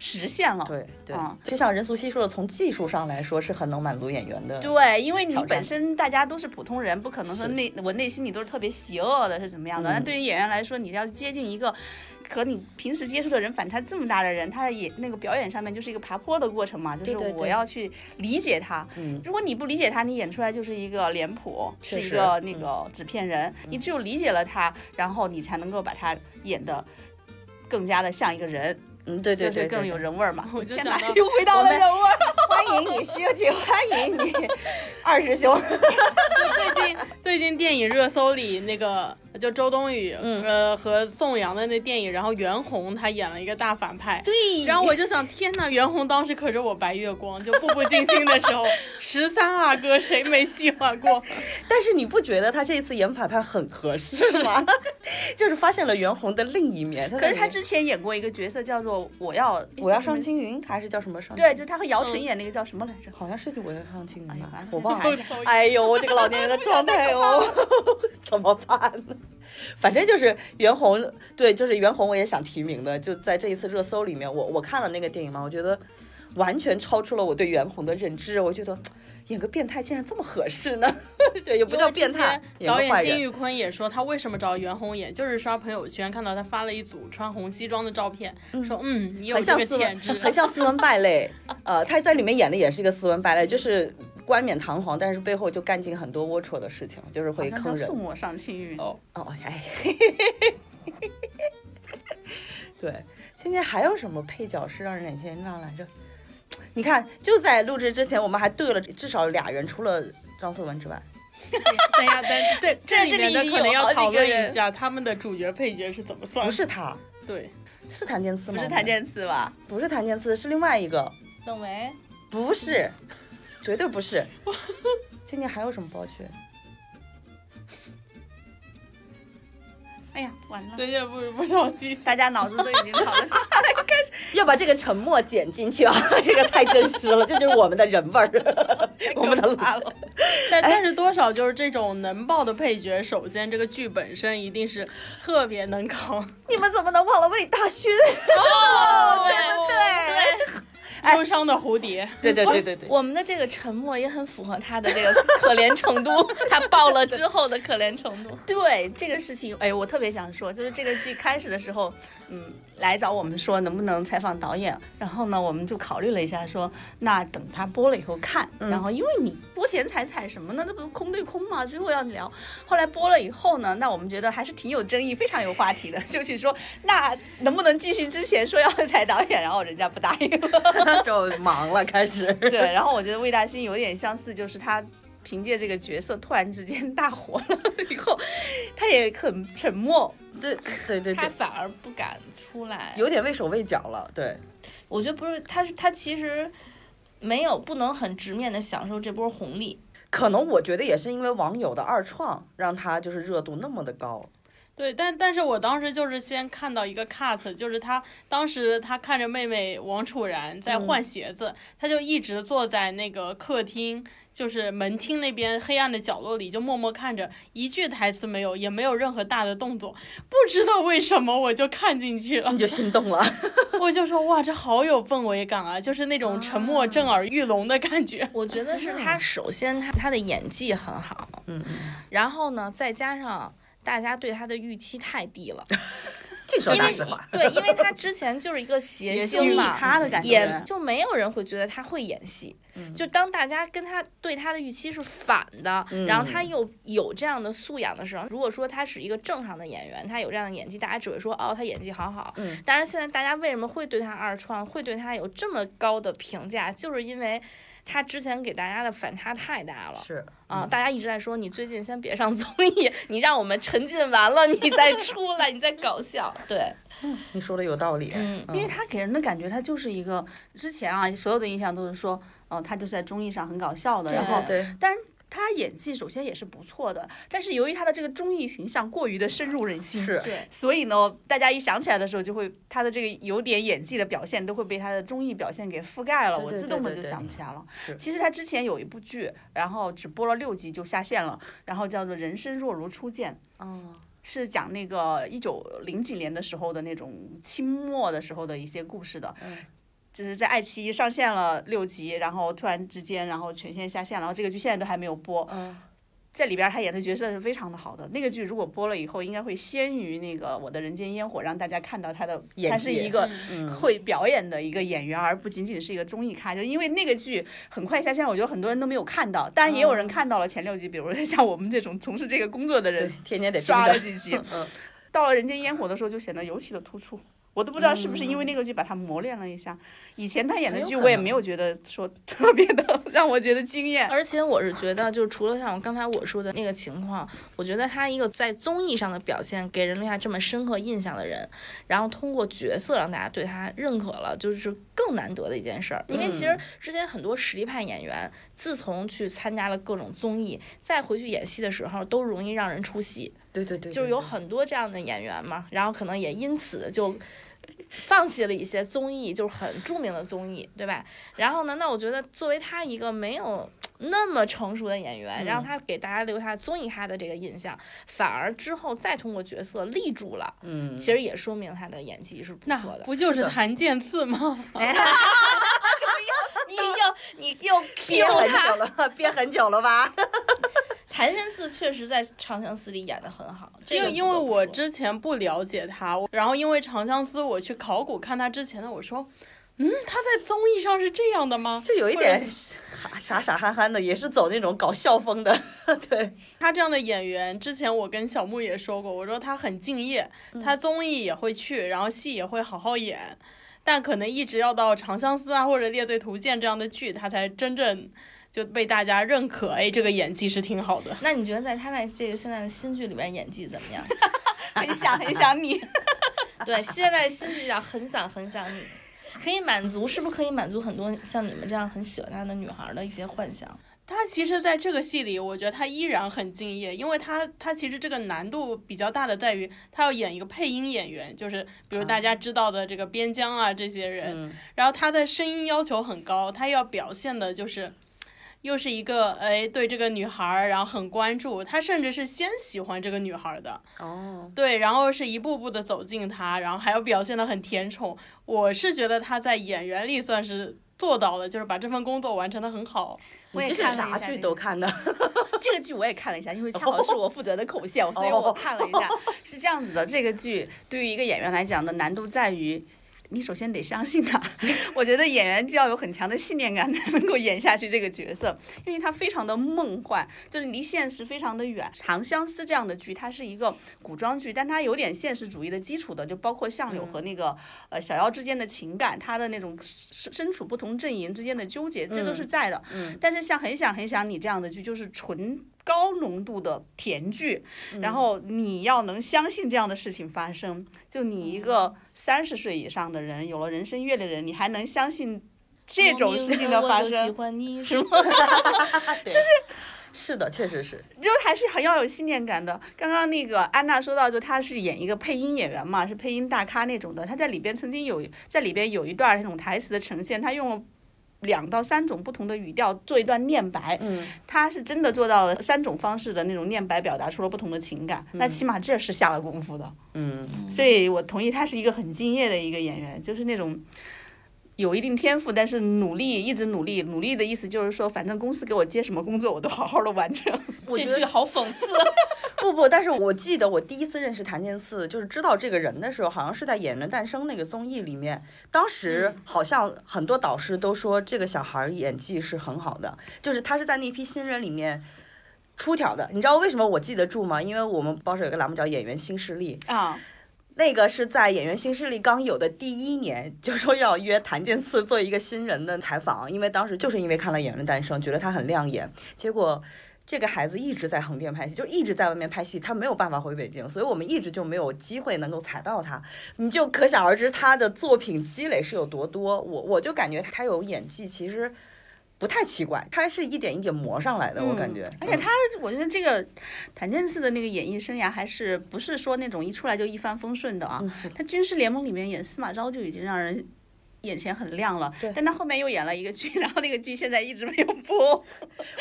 实现了。
对对
嗯，
就像任素汐说的，从技术上来说是很能满足演员的。
对，因为你
挑战
本身大家都是普通人，不可能说
是
内我内心里都是特别邪恶的，是怎么样的？
嗯
那、对于演员来说，你要接近一个和你平时接触的人反差这么大的人，他的演那个表演上面就是一个爬坡的过程嘛，就
对
是
对
我
对
要去理解他。
嗯，
如果你不理解他，你演出来就是一个脸谱，
确
是一
实嗯
个那个纸片人。你只有理解了他，然后你才能够把他演的更加的像一个人，
嗯，对对
就是
对，
更
对
有。人味儿嘛。
我就
天
想
哪
到，
又回到了
我们
人味儿。
对欢迎你，《西游记》，欢迎你，二师 兄。
最近最近电影热搜里那个就周冬雨、
嗯
呃和宋阳的那电影，然后袁弘她演了一个大反派，
对
然后我就想，天呐，袁弘当时可是我白月光，就步步惊心的时候，十三阿哥谁没喜欢过？
但是你不觉得他这次演反派很合适吗？ 就是发现了袁弘的另一面。
可是他
这
之前演过一个角色叫做我要
我要上
去。
青云还是叫什么上？
对，，就他和姚晨
嗯
演那个叫什么来着？
好像是我要上青云
哎呀
吧
完了，
我忘
太
了。
哎
哎呦，我这个老年人的状态 哦，怎么办呢？反正就是袁弘，对，就是袁弘，我也想提名的，就在这一次热搜里面，我我看了那个电影嘛，我觉得完全超出了我对袁弘的认知，我觉得嘖嗯演个变态竟然这么合适呢， 这也不叫变态，演
导
个
演
坏
辛
人，
玉坤也说，他为什么找袁弘演，就是刷朋友圈看到他发了一组穿红西装的照片，说嗯，你有
很
这
像
个
斯
潜质
文，，很像斯文败 类。呃，他在里面演的也是一个斯文败类，就是冠冕堂皇，但是背后就干尽很多龌龊的事情，就是会
好像叫
坑人。
送我上青云。
哦哦，哎， 对，现在还有什么配角是让哪些人让来着？你看，就在录制之前，我们还对了至少俩人，除了张颂文之外，
等一下，等对这
这
里
这
面
里
的
已经
可能
有好
要
几
讨
个
论
人
一下他们的主角配角是怎么算
不。是他，
对，
是谭健次
不
吗？
是谭，健次吧？
不是谭健次，是另外一个，
邓为
不是，绝对不 是。今年还有什么包剧？
哎呀，完了！
对，也不不着急。
大家脑子都已经讨论
要把这个沉默剪进 去啊！这个太真实了，这就是我们的人味儿，我们的
他了。
但
哎
但是多少就是这种能爆的配角，首先这个剧本身一定是特别能扛，
你们怎么能忘了魏大勋？
哦
哎
对不对？哎
忧伤的蝴蝶。
对对对对对，
我们的这个沉默也很符合他的这个可怜程度， 他爆了之后的可怜程度。
对这个事情，哎，我特别想说，就是这个剧开始的时候，嗯，来找我们说能不能采访导演，然后呢，我们就考虑了一下说，那等他播了以后看，
嗯
然后因为你播前采采什么呢？那不是空对空吗？最后要聊。后来播了以后呢，那我们觉得还是挺有争议，非常有话题的， 就去说那能不能继续之前说要采导演，然后人家不答应了。
就忙了，开始。
对，然后我觉得魏大勋有点相似，就是他凭借这个角色突然之间大火了以后，他也很沉默。
对对对
他
对，
反而不敢出来，
有点畏手畏脚了。对，
我觉得不是，他是他其实没有不能很直面的享受这波红利，
可能我觉得也是因为网友的二创，让他就是热度那么的高。
对，但但是我当时就是先看到一个 cut，就是他当时他看着妹妹王楚然
嗯
在换鞋子，他就一直坐在那个客厅，就是门厅那边黑暗的角落里，就默默看着，一句台词没有，也没有任何大的动作。不知道为什么我就看进去了
你，就心动了，
我就说哇，这好有氛围感啊，就是那种沉默震耳欲聋的感觉。
啊我觉得是他首先他他的演技很好，
嗯，
然后呢再加上大家对他的预期太低了，
净说
因
大
为
实话。
对，因为他之前就是一个谐星嘛，
他的感
也
觉，
就没有人会觉得他会演戏。
嗯
就当大家跟他对他的预期是反的，然
嗯
后他又有这样的素养的时候，如果说他是一个正常的演员，他有这样的演技，大家只会说哦，他演技好好。
嗯
但是现在大家为什么会对他二创，会对他有这么高的评价，就是因为他之前给大家的反差太大了。
是嗯
啊，大家一直在说你最近先别上综艺，你让我们沉浸完了，你再出来，你再搞笑。对，
你说的有道理。
嗯，
因为他给人的感觉，他就是一个之前啊，所有的印象都是说，哦、他就是在综艺上很搞笑的，然后
对
对，
但。他演技首先也是不错的，但是由于他的这个综艺形象过于的深入人心，
是
对，
所以呢，大家一想起来的时候，就会他的这个有点演技的表现都会被他的综艺表现给覆盖了，
对
我
对
自
对
动的
对
就
对
想不起来了
是。
其实他之前有一部剧，然后只播了六集就下线了，然后叫做《人生若如初见》。
哦，
是
嗯
讲那个一九零几年的时候的那种清末的时候的一些故事的，就是在爱奇艺上线了六集，然后突然之间，然后全线下线，然后这个剧现在都还没有播。
嗯，
这里边他演的角色是非常的好的。那个剧如果播了以后，应该会先于那个《我的人间烟火》，让大家看到他的
演技
他是一个
嗯
会表演的一个演员，而不仅仅是一个综艺咖。就因为那个剧很快下线，我觉得很多人都没有看到，但也有
嗯
人看到了前六集，比如说像我们这种从事这个工作的
对
人，，
天天得盯
刷了
着。嗯
几集。到了《人间烟火》的时候，就显得尤其的突出。我都不知道是不是因为那个剧把他磨练了一下。以前他演的
嗯很有
剧，
可
我也
能
没有觉得说特别的 让我觉得惊艳。
而且我是觉得，就除了像刚才我说的那个情况，我觉得他一个在综艺上的表现，给人留下这么深刻印象的人，然后通过角色让大家对他认可了，就是更难得的一件事儿。因为其实之前很多实力派演员，自从去参加了各种综艺，再回去演戏的时候，都容易让人出戏。
对对对，
就是有很多这样的演员嘛，然后可能也因此就放弃了一些综艺，就是很著名的综艺，对吧？然后呢，那我觉得作为他一个没有那么成熟的演员，让他给大家留下综艺咖的这个印象，反而之后再通过角色立住了，
嗯，
其实也说明他的演技是不
那
错的。
不就是是
的
谭健次吗？
你又你 又
憋
Q
很
他，
久了，憋很久了吧？
谭健次确实在《长相思》里演的很好， 这
因
个
为因
不
为
得不
我
说
之前不了解他，我然后因为长相思，我去考古看他之前的，我说，嗯，他在综艺上是这样的吗？
就有一
或者
点傻傻傻憨憨的，也是走那种搞笑风的。 对，
他这样的演员，之前我跟小木也说过，我说他很敬业，
嗯
他综艺也会去，然后戏也会好好演，但可能一直要到《长相思》啊或者《列队图鉴》这样的剧，他才真正就被大家认可。哎，这个演技是挺好的。
那你觉得在他在这个现在的新剧里边演技怎么样？
很想很想你，
对，现在心里想很想很想你，可以满足，是不是可以满足很多像你们这样很喜欢他的女孩的一些幻想？
他其实在这个戏里，我觉得他依然很敬业，因为他他其实这个难度比较大的在于，他要演一个配音演员，就是比如大家知道的这个边疆啊这些人，
啊嗯，
然后他的声音要求很高，他要表现的就是，又是一个哎对这个女孩儿，然后很关注，他甚至是先喜欢这个女孩儿的，
哦，
对，然后是一步步的走近她，然后还要表现的很甜宠。我是觉得他在演员里算是做到了，就是把这份工作完成的很好。
我
你
也
这是
看了一
啥
下
剧
这
都
个
看的？
这个剧我也看了一下，因为恰好是我负责的口线，所以我看了一下。 是这样子的，这个剧对于一个演员来讲的难度在于。你首先得相信他， 我觉得演员就要有很强的信念感才能够演下去这个角色，因为他非常的梦幻，就是离现实非常的远。《长相思》这样的剧，它是一个古装剧，但它有点现实主义的基础的，就包括相柳和那个、呃小妖之间的情感，他的那种身身处不同阵营之间的纠结，这都
嗯
是在的。但是像很想很想你这样的剧，就是纯高浓度的甜剧，
嗯
然后你要能相信这样的事情发生，就你一
嗯
个三十岁以上的人，有了人生阅历的人，你还能相信这种事情的发
我就喜
生，
欢你是吗？
就是是的，确实是。
就还是很要有信念感的。刚刚那个安娜说到，就她是演一个配音演员嘛，是配音大咖那种的。她在里边曾经有在里边有一段那种台词的呈现，她用了。两到三种不同的语调做一段念白，
嗯，
他是真的做到了三种方式的那种念白，表达出了不同的情感。那起码这是下了功夫的，
嗯，
所以我同意他是一个很敬业的一个演员，就是那种有一定天赋，但是努力一直努力，努力的意思就是说，反正公司给我接什么工作，我都好好的完成。
我
这
觉
句
得
好讽刺。啊
不不，但是我记得我第一次认识谭健次，就是知道这个人的时候，好像是在《演员的诞生》那个综艺里面。当时好像很多导师都说这个小孩儿演技是很好的，就是他是在那批新人里面。出挑的，你知道为什么我记得住吗？因为我们报社有个栏目叫《演员新势力》，
啊，
那个是在《演员新势力》刚有的第一年，就说要约谭健次做一个新人的采访，因为当时就是因为看了《演员的诞生》，觉得他很亮眼，结果。这个孩子一直在横店拍戏，就一直在外面拍戏，他没有办法回北京，所以我们一直就没有机会能够采到他。你就可想而知他的作品积累是有多多。我我就感觉他有演技，其实不太奇怪，他是一点一点磨上来的，我感觉。
嗯
嗯
而且他，我觉得这个谭健次的那个演艺生涯还是不是说那种一出来就一帆风顺的啊？他《军师联盟》里面演司马昭就已经让人。眼前很亮了
对，
但他后面又演了一个剧，然后那个剧现在一直没有播，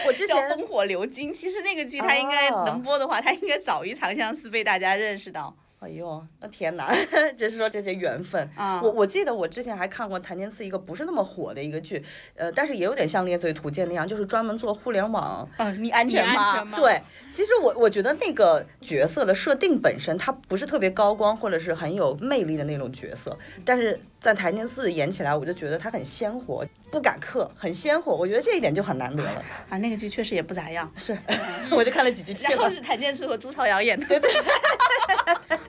我之
叫
前
《烽火流金》。其实那个剧他应该
哦
能播的话，他应该早于《长相思》被大家认识到。
哎呦，那天哪， 就是说这些缘分。
啊
我我记得我之前还看过谭健次一个不是那么火的一个剧，呃，但是也有点像《猎罪图鉴》那样，就是专门做互联网
啊，你安全
你安全
吗？
吗
对，其实我我觉得那个角色的设定本身，它不是特别高光或者是很有魅力的那种角色，但是在谭健次演起来，我就觉得他很鲜活，不敢克，很鲜活，我觉得这一点就很难得 了。
啊，那个剧确实也不咋样。
是，我就看了几集去
然后
了。
是谭健次和朱朝阳演的，对对，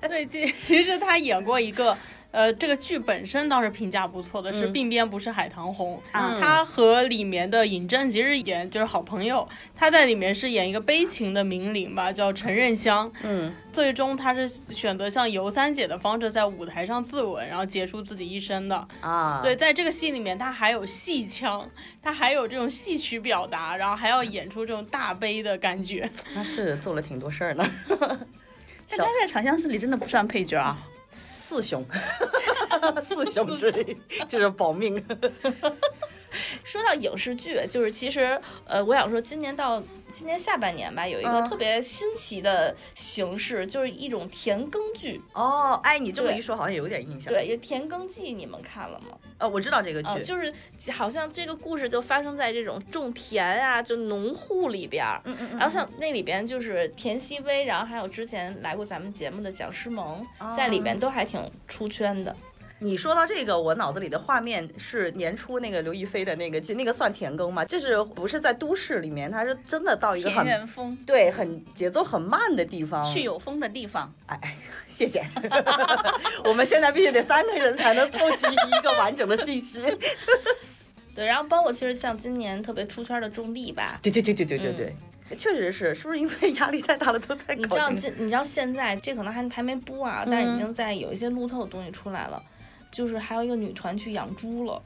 对，其 其实他演过一个。呃，这个剧本身倒是评价不错的，是《鬓边不是海棠红》
嗯
他和里面的尹正其实演就是好朋友，他在里面是演一个悲情的名伶吧，叫陈任香。
嗯，
最终他是选择像尤三姐的方式在舞台上自刎，然后结束自己一生的。
啊，
对，，在这个戏里面，他还有戏腔，他还有这种戏曲表达，然后还要演出这种大悲的感觉。
他是做了挺多事儿呢，
但他在《长相思》里真的不算配角啊。
四 雄，四雄之一，就是保命。
说到影视剧，就是其实呃，我想说，今年到今年下半年吧，有一个
嗯
特别新奇的形式，就是一种田耕剧。
哦，哎，你这么
对
一说，好像有点印象。，
对，有田耕记，你们看了吗？
呃，我知道这个
嗯、
剧。
就是好像这个故事就发生在这种种田啊，就农户里边儿。
嗯嗯
然后像那里边就是田曦薇，然后还有之前来过咱们节目的蒋诗萌，在里边都还挺出圈的。
你说到这个，我脑子里的画面是年初那个刘亦菲的那个剧，那个算田耕吗？就是不是在都市里面，它是真的到一个
田
很
园风，
对很节奏很慢的地方。
去有风的地方。
哎哎，谢谢。 我们现在必须得三个人才能凑齐一个完整的信息。
对，然后包括其实像今年特别出圈的种地吧，
对对对对对对对，确实是，是不是因为压力太大了都在
你
搞
知道
嗯这个？
今你知道现在这可能还还没播啊，但是
嗯
已经在有一些路透的东西出来了。就是还有一个女团去养猪了，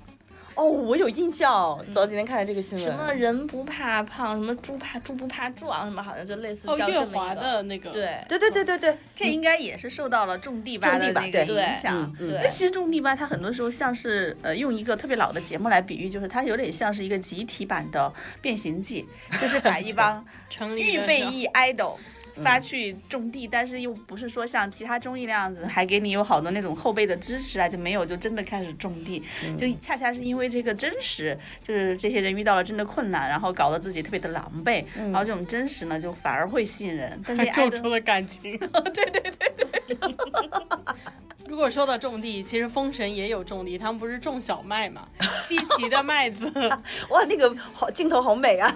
哦，我有印象，哦
嗯
早几天看了这个新闻。
什么人不怕胖，什么猪怕猪不怕壮，什么好像就类似
哦，
叫
月
这么
华
一个，
的那个，
对，
对对对对对，
这应该也是受到了种地吧的那个
种
地吧对
影响
嗯。嗯
对
因为其实种地吧，它很多时候像是呃，用一个特别老的节目来比喻，就是它有点像是一个集体版的《变形记》，就是把一帮
城里
预
的
备
那种
役 idol 发去种地，但是又不是说像其他综艺那样子，还给你有好多那种后辈的支持啊，就没有，就真的开始种地，就恰恰是因为这个真实，就是这些人遇到了真的困难，然后搞得自己特别的狼狈，然后这种真实呢，就反而会吸引人。但是
还种
idol
出了感情。对对 对 对。如果说到种地，其实封神也有种地，他们不是种小麦嘛，西岐的麦子
哇，那个好镜头好美啊！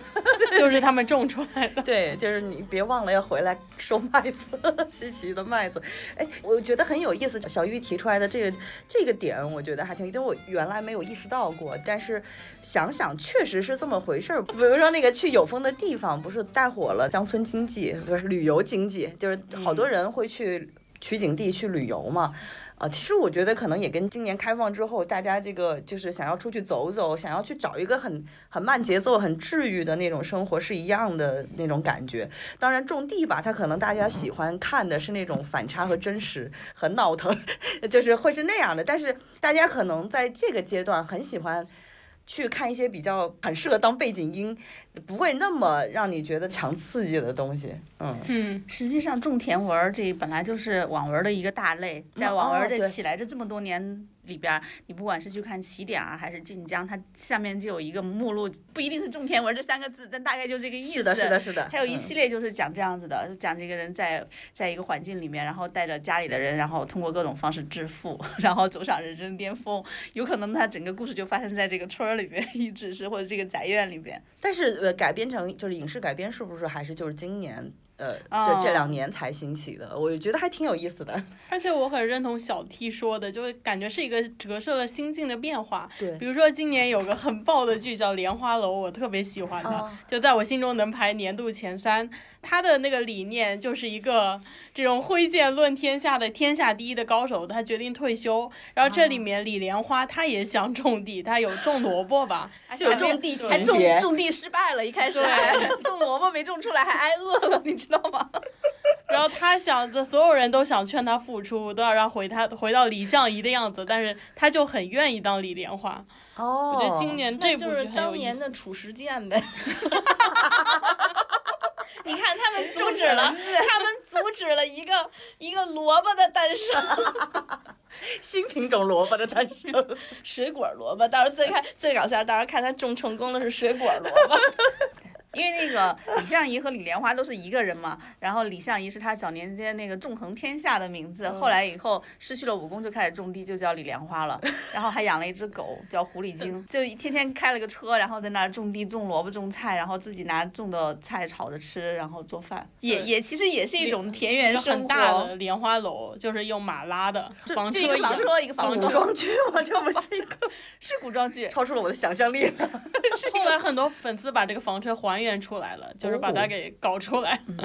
就是他们种出来 的。
对，就是你别忘了要回来收麦子，西岐的麦子。哎，我觉得很有意思，小玉提出来的这个这个点，我觉得还挺，因为我原来没有意识到过，但是想想确实是这么回事儿。比如说那个去有风的地方，不是带火了乡村经济，不是旅游经济，就是好多人会去取景地去旅游嘛。啊，其实我觉得可能也跟今年开放之后，大家这个就是想要出去走走，想要去找一个很很慢节奏、很治愈的那种生活是一样的那种感觉。当然，种地吧，它可能大家喜欢看的是那种反差和真实和闹腾， 就是会是那样的。但是大家可能在这个阶段很喜欢。去看一些比较很适合当背景音，不会那么让你觉得强刺激的东西。嗯，
嗯，
实际上，种田文儿这本来就是网文儿的一个大类，在网文
哦
儿这
对
起来这这么多年里边儿，你不管是去看起点儿啊，还是晋江，它下面就有一个目录，不一定是种田文儿这三个字，但大概就这个意思。
是的，是的，。是的。
还有一
嗯
系列就是讲这样子的，就讲这个人在在一个环境里面，然后带着家里的人，然后通过各种方式致富， 然后走上人生巅峰。有可能他整个故事就发生在这个村儿里边，一直是或者这个宅院里边。
但是呃，改编成就是影视改编，是不是还是就是今年呃
哦
这这两年才兴起的？我觉得还挺有意思的。
而且我很认同小 T 说的，就是感觉是一个折射了心境的变化。
对
比如说今年有个很爆的剧叫《莲花楼》，我特别喜欢的，
哦
就在我心中能排年度前三。他的那个理念就是一个这种挥剑论天下的天下第一的高手，他决定退休。然后这
哦
里面李莲花她也想种地，她有种萝卜吧，
就有哎种地
还
情
种
节，
种地失败了，一开始还 种萝卜没种出来，还挨饿了，你知道吗？
然后他想着所有人都想劝他复出，都要让回他回到李相夷的样子，但是他就很愿意当李莲花。
哦，
我觉得今年这
那
部剧
就
很有
是
意思
当年的褚时健呗。你看他们 们阻止了，他们阻止了一个一个萝卜的诞生，
新品种萝卜的诞生，
水果萝卜。到时候最看最搞笑，到时候看他种成功的是水果萝卜。
因为那个李相夷和李莲花都是一个人嘛，然后李相夷是他早年间那个纵横天下的名字，后来以后失去了武功就开始种地，就叫李莲花 了，然后还养了一只狗叫狐狸 精，就天天开了个车，然后在那儿种地、种萝卜、种菜，然后自己拿种的菜炒着吃，然后做饭，也
对
也其实也是一种田园
一个
生
很
活。
大的莲花楼，就是用马拉的房车
这一个
椅
房
子
车，一个房
古
车，
装剧吗？这不是一个
是古装剧。
超出了我的想象力了。
后来很多粉丝把这个房车还原出来了，就是
哦
把它给搞出来。
嗯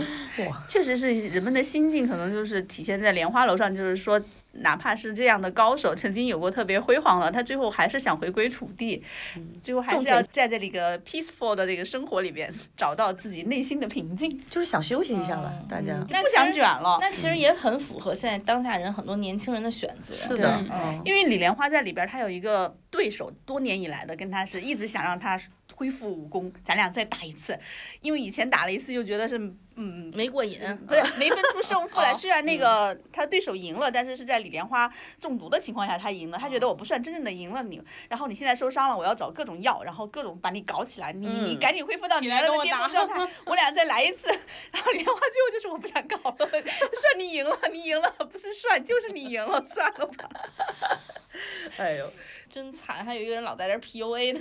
确实是人们的心境，可能就是体现在莲花楼上，就是说，哪怕是这样的高手，曾经有过特别辉煌的，他最后还是想回归土地，
嗯
最后还是要在这里个 peaceful 的这个生活里边找到自己内心的平静，
就是想休息一下了
嗯，
大家。
那
不想
其
卷
实
了。
那其实也很符合现在当下人很多年轻人的选择。
是的，
对
嗯，
因为李莲花在里边，她有一个对手，多年以来的跟她是一直想让她恢复武功，咱俩再打一次，因为以前打了一次就觉得是嗯
没过瘾，
不是没分出胜 负来。
哦
虽然那个他对手赢了，但是是在李莲花中毒的情况下他赢了，他觉得我不算真正的赢了你。然后你现在受伤了，我要找各种药，然后各种把你搞起来，你你
嗯
赶紧恢复到你
起
原
来
来
跟
的
我
巅峰
打
状 态，我俩再来一次。然后李莲花最后就是我不想搞了，算你赢了，你赢了，不是算就是你赢了，算了吧。
哎呦，
真惨，还有一个人老在这儿 PUA 的。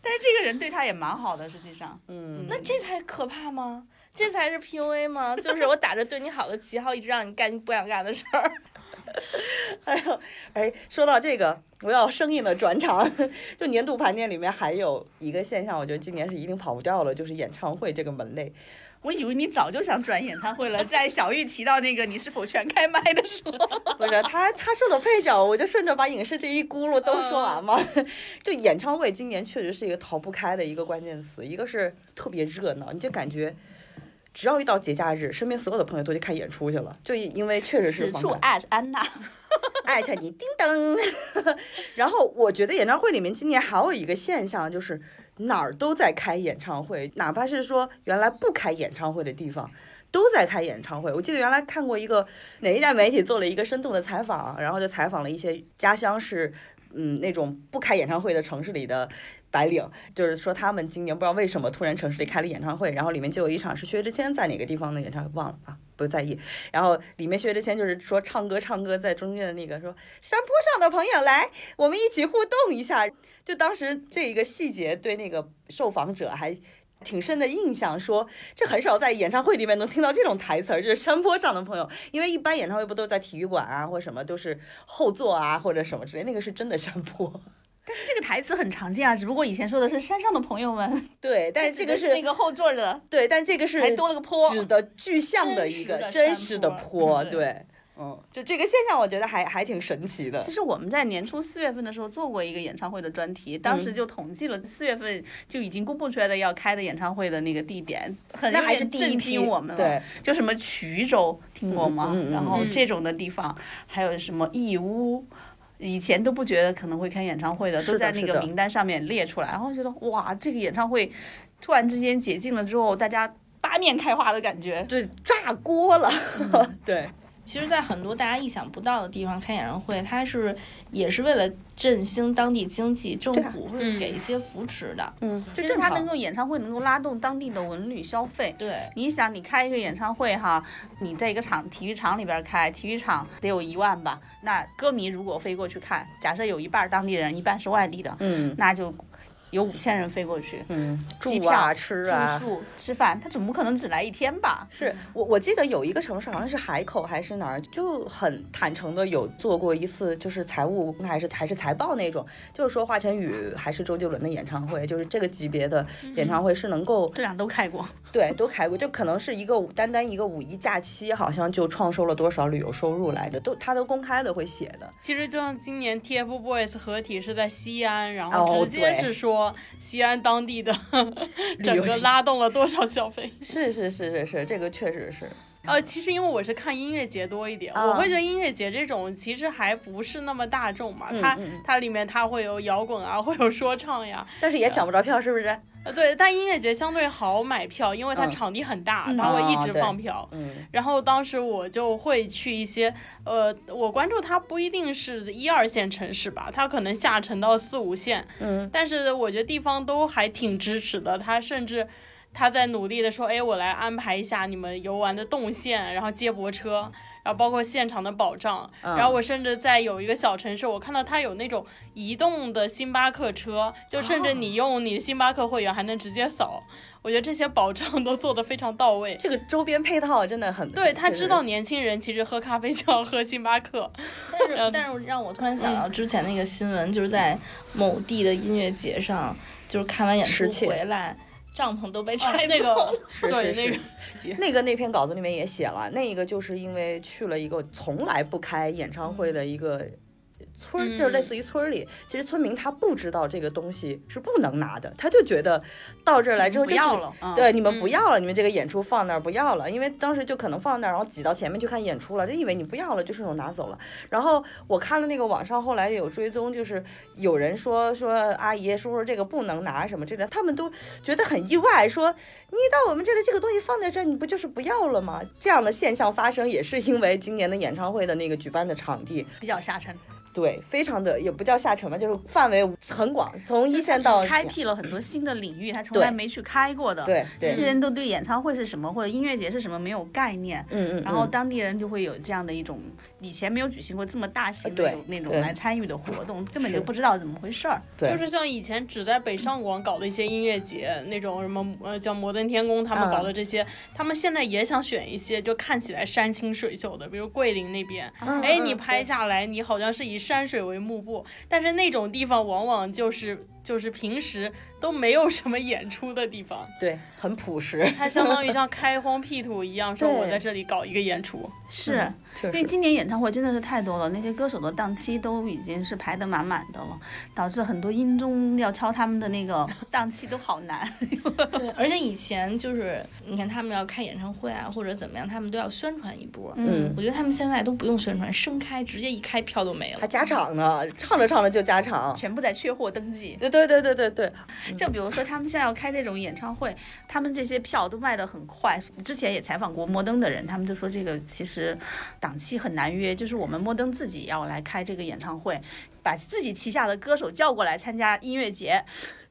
但是这个人对他也蛮好的，实际上，
嗯，
那这才可怕吗？这才是 PUA 吗？就是我打着对你好的旗号，一直让你干你不想干的事儿。
哎，说到这个，我要生硬的转场。 就年度盘点里面还有一个现象，我觉得今年是一定跑不掉了，就是演唱会这个门类。
我以为你早就想转演唱会了，在小玉提到那个你是否全开麦的时候，
不是他他说的配角，我就顺着把影视这一轱辘都说
嗯
完嘛。就演唱会今年确实是一个逃不开的一个关键词，一个是特别热闹，你就感觉。只要一到节假日，身边所有的朋友都去看演出去了，就因为确实是
此
放
处
开
at 安娜。
艾特你叮当。 然后我觉得演唱会里面今年还有一个现象，就是哪儿都在开演唱会，哪怕是说原来不开演唱会的地方。都在开演唱会。我记得原来看过一个哪一家媒体做了一个深度的采访，然后就采访了一些家乡是嗯那种不开演唱会的城市里的白领，就是说他们今年不知道为什么突然城市里开了演唱会，然后里面就有一场是薛之谦在哪个地方的演唱会忘了啊，不在意。然后里面薛之谦就是说唱歌唱歌，在中间的那个说山坡上的朋友来，我们一起互动一下。就当时这一个细节对那个受访者还挺深的印象，说这很少在演唱会里面能听到这种台词儿，就是山坡上的朋友，因为一般演唱会不都在体育馆啊或什么都是后座啊或者什么之类，那个是真的山坡。
这个台词很常见啊，只不过以前说的是山上的朋友们，
对，但是这
指
个
的
是
是那个后座的，
对，但这个是
还多了个坡。
指的具象的一个真
真
实
实
的
的
坡，
坡对
对，嗯，就这个现象，我觉得还还挺神奇的
其。实我们在年初四月份的时候做过一个演唱会的专题，当
嗯
时就统计了四月份就已经公布出来的要开的演唱会的那个地点，很
那
有
还
点
是第一
震
批
惊我们了。
对，
就什么衢州听过吗？
嗯嗯嗯
然后
嗯
这种的地方，还有什么义乌。以前都不觉得可能会开演唱会的，
是的
都在那
是
个
的
名单上面列出来，然后觉得哇，这个演唱会突然之间解禁了之后，大家八面开花的感觉。
对，炸锅了， 对，
其实，在很多大家意想不到的地方开演唱会，它是也是为了振兴当地经济，政
对啊
府
嗯
会给一些扶持的。
嗯，
其
就
实
正
它能
常。
够演唱会能够拉动当地的文旅消费。
对，
你想，你开一个演唱会哈，你在一个场体育场里边开，体育场得有一万吧？那歌迷如果飞过去看，假设有一半儿当地人，一半是外地的，
嗯
那就有五千人飞过去，
嗯，
机
住
票
啊，吃啊
住。宿、吃饭，他总不可能只来一天吧？
是我我记得有一个城市，好像是海口还是哪儿，就很坦诚的有做过一次，就是财务还是还是财报那种，就是说华晨宇还是周杰伦的演唱会，就是这个级别的演唱会嗯是能够
这俩都开过，
对，都开过，就可能是一个单单一个五一假期，好像就创收了多少旅游收入来着，都他都公开的会写的。
其实就像今年 TFBOYS 合体是在西安，然
哦
后直接
对
是说西安当地的
旅
整
游
个拉动了多少消费。
是是是是是，这个确实是。看
呃，其实因为我是看音乐节多一点，
啊
我会觉得音乐节这种其实还不是那么大众嘛，
嗯
它
嗯
它里面它会有摇滚啊，会有说唱呀，
但
啊
是也抢不着票，是不是？
呃，对，但音乐节相对好买票，因为它
嗯
场地很大，
嗯
它会
哦
一直
对
放票。
嗯，
然后当时我就会去一些，呃，我关注它不一定是一二线城市吧，它可能下沉到四五线，
嗯，
但是我觉得地方都还挺支持的，它甚至。他在努力的说：“哎，我来安排一下你们游玩的动线，然后接驳车，然后包括现场的保障。
嗯
然后我甚至在有一个小城市，我看到它有那种移动的星巴克车，就甚至你用你的星巴克会员还能直接扫。我觉得这些保障都做得非常到位。
这个周边配套真的很
对他
就是
知道年轻人其实喝咖啡就要喝星巴克，
但是
嗯
但是让我突然想到之前那个新闻，就是在某地的音乐节上，就是看完演出
失窃哦
回来，帐篷都被拆
啊那
走
个
了。
是
对
是
那
是
个。节
那个那篇稿子里面也写了，那个就是因为去了一个从来不开演唱
嗯
会的一个村儿，就是类似于村儿里，其实村民他不知道这个东西是不能拿的，他就觉得到这儿来之后
不
就是
要了，嗯，
对，你们不要了，你们这个演出放那儿不要了，因为当时就可能放那儿，然后挤到前面去看演出了，就以为你不要了，就顺手拿走了。然后我看了那个网上后来有追踪，就是有人说说阿姨叔叔这个不能拿什么这个，他们都觉得很意外，说你到我们这里这个东西放在这儿，你不就是不要了吗？这样的现象发生也是因为今年的演唱会的那个举办的场地，
比较下沉，
哦对，非常的也不叫下沉吧，就是范围很广，从一线到
开辟了很多新的领域，他从来
对
没去开过的。
对对
这，些人都对演唱会是什么或者音乐节是什么没有概念，
嗯嗯，
然后
嗯
当地人就会有这样的一种以前没有举行过这么大型的
啊对
有那种
对
来参与的活动，根本
是
就不知道怎么回事儿。
对
就是像以前只在北上广搞的一些音乐节，那种什么呃叫摩登天宫他们
嗯
搞的这些，他们现在也想选一些就看起来山清水秀的，比如桂林那边，
嗯
哎，
嗯
你拍下来你好像是以山水为幕布，但是那种地方往往就是就是平时都没有什么演出的地 方，
对很朴实。
它相当于像开荒辟土一样，说
对
我在这里搞一个演出。
是、
嗯确
因为
实
今年演唱会真的是太多了，那些歌手的档期都已经是排得满满的了，导致很多音综要敲他们的那个档期都好难。
对，而且以前就是你看他们要开演唱会啊，或者怎么样，他们都要宣传一波。
嗯
我觉得他们现在都不用宣传，盛开直接一开票都没
还
了。
加场呢，唱着唱着就加场。
全部在缺货登记。
对对对对对对，
就比如说，他们现在要开这种演唱会，他们这些票都卖得很快。之前也采访过摩登的人，他们就说这个其实档期很难约，就是我们摩登自己要来开这个演唱会，把自己旗下的歌手叫过来参加音乐节，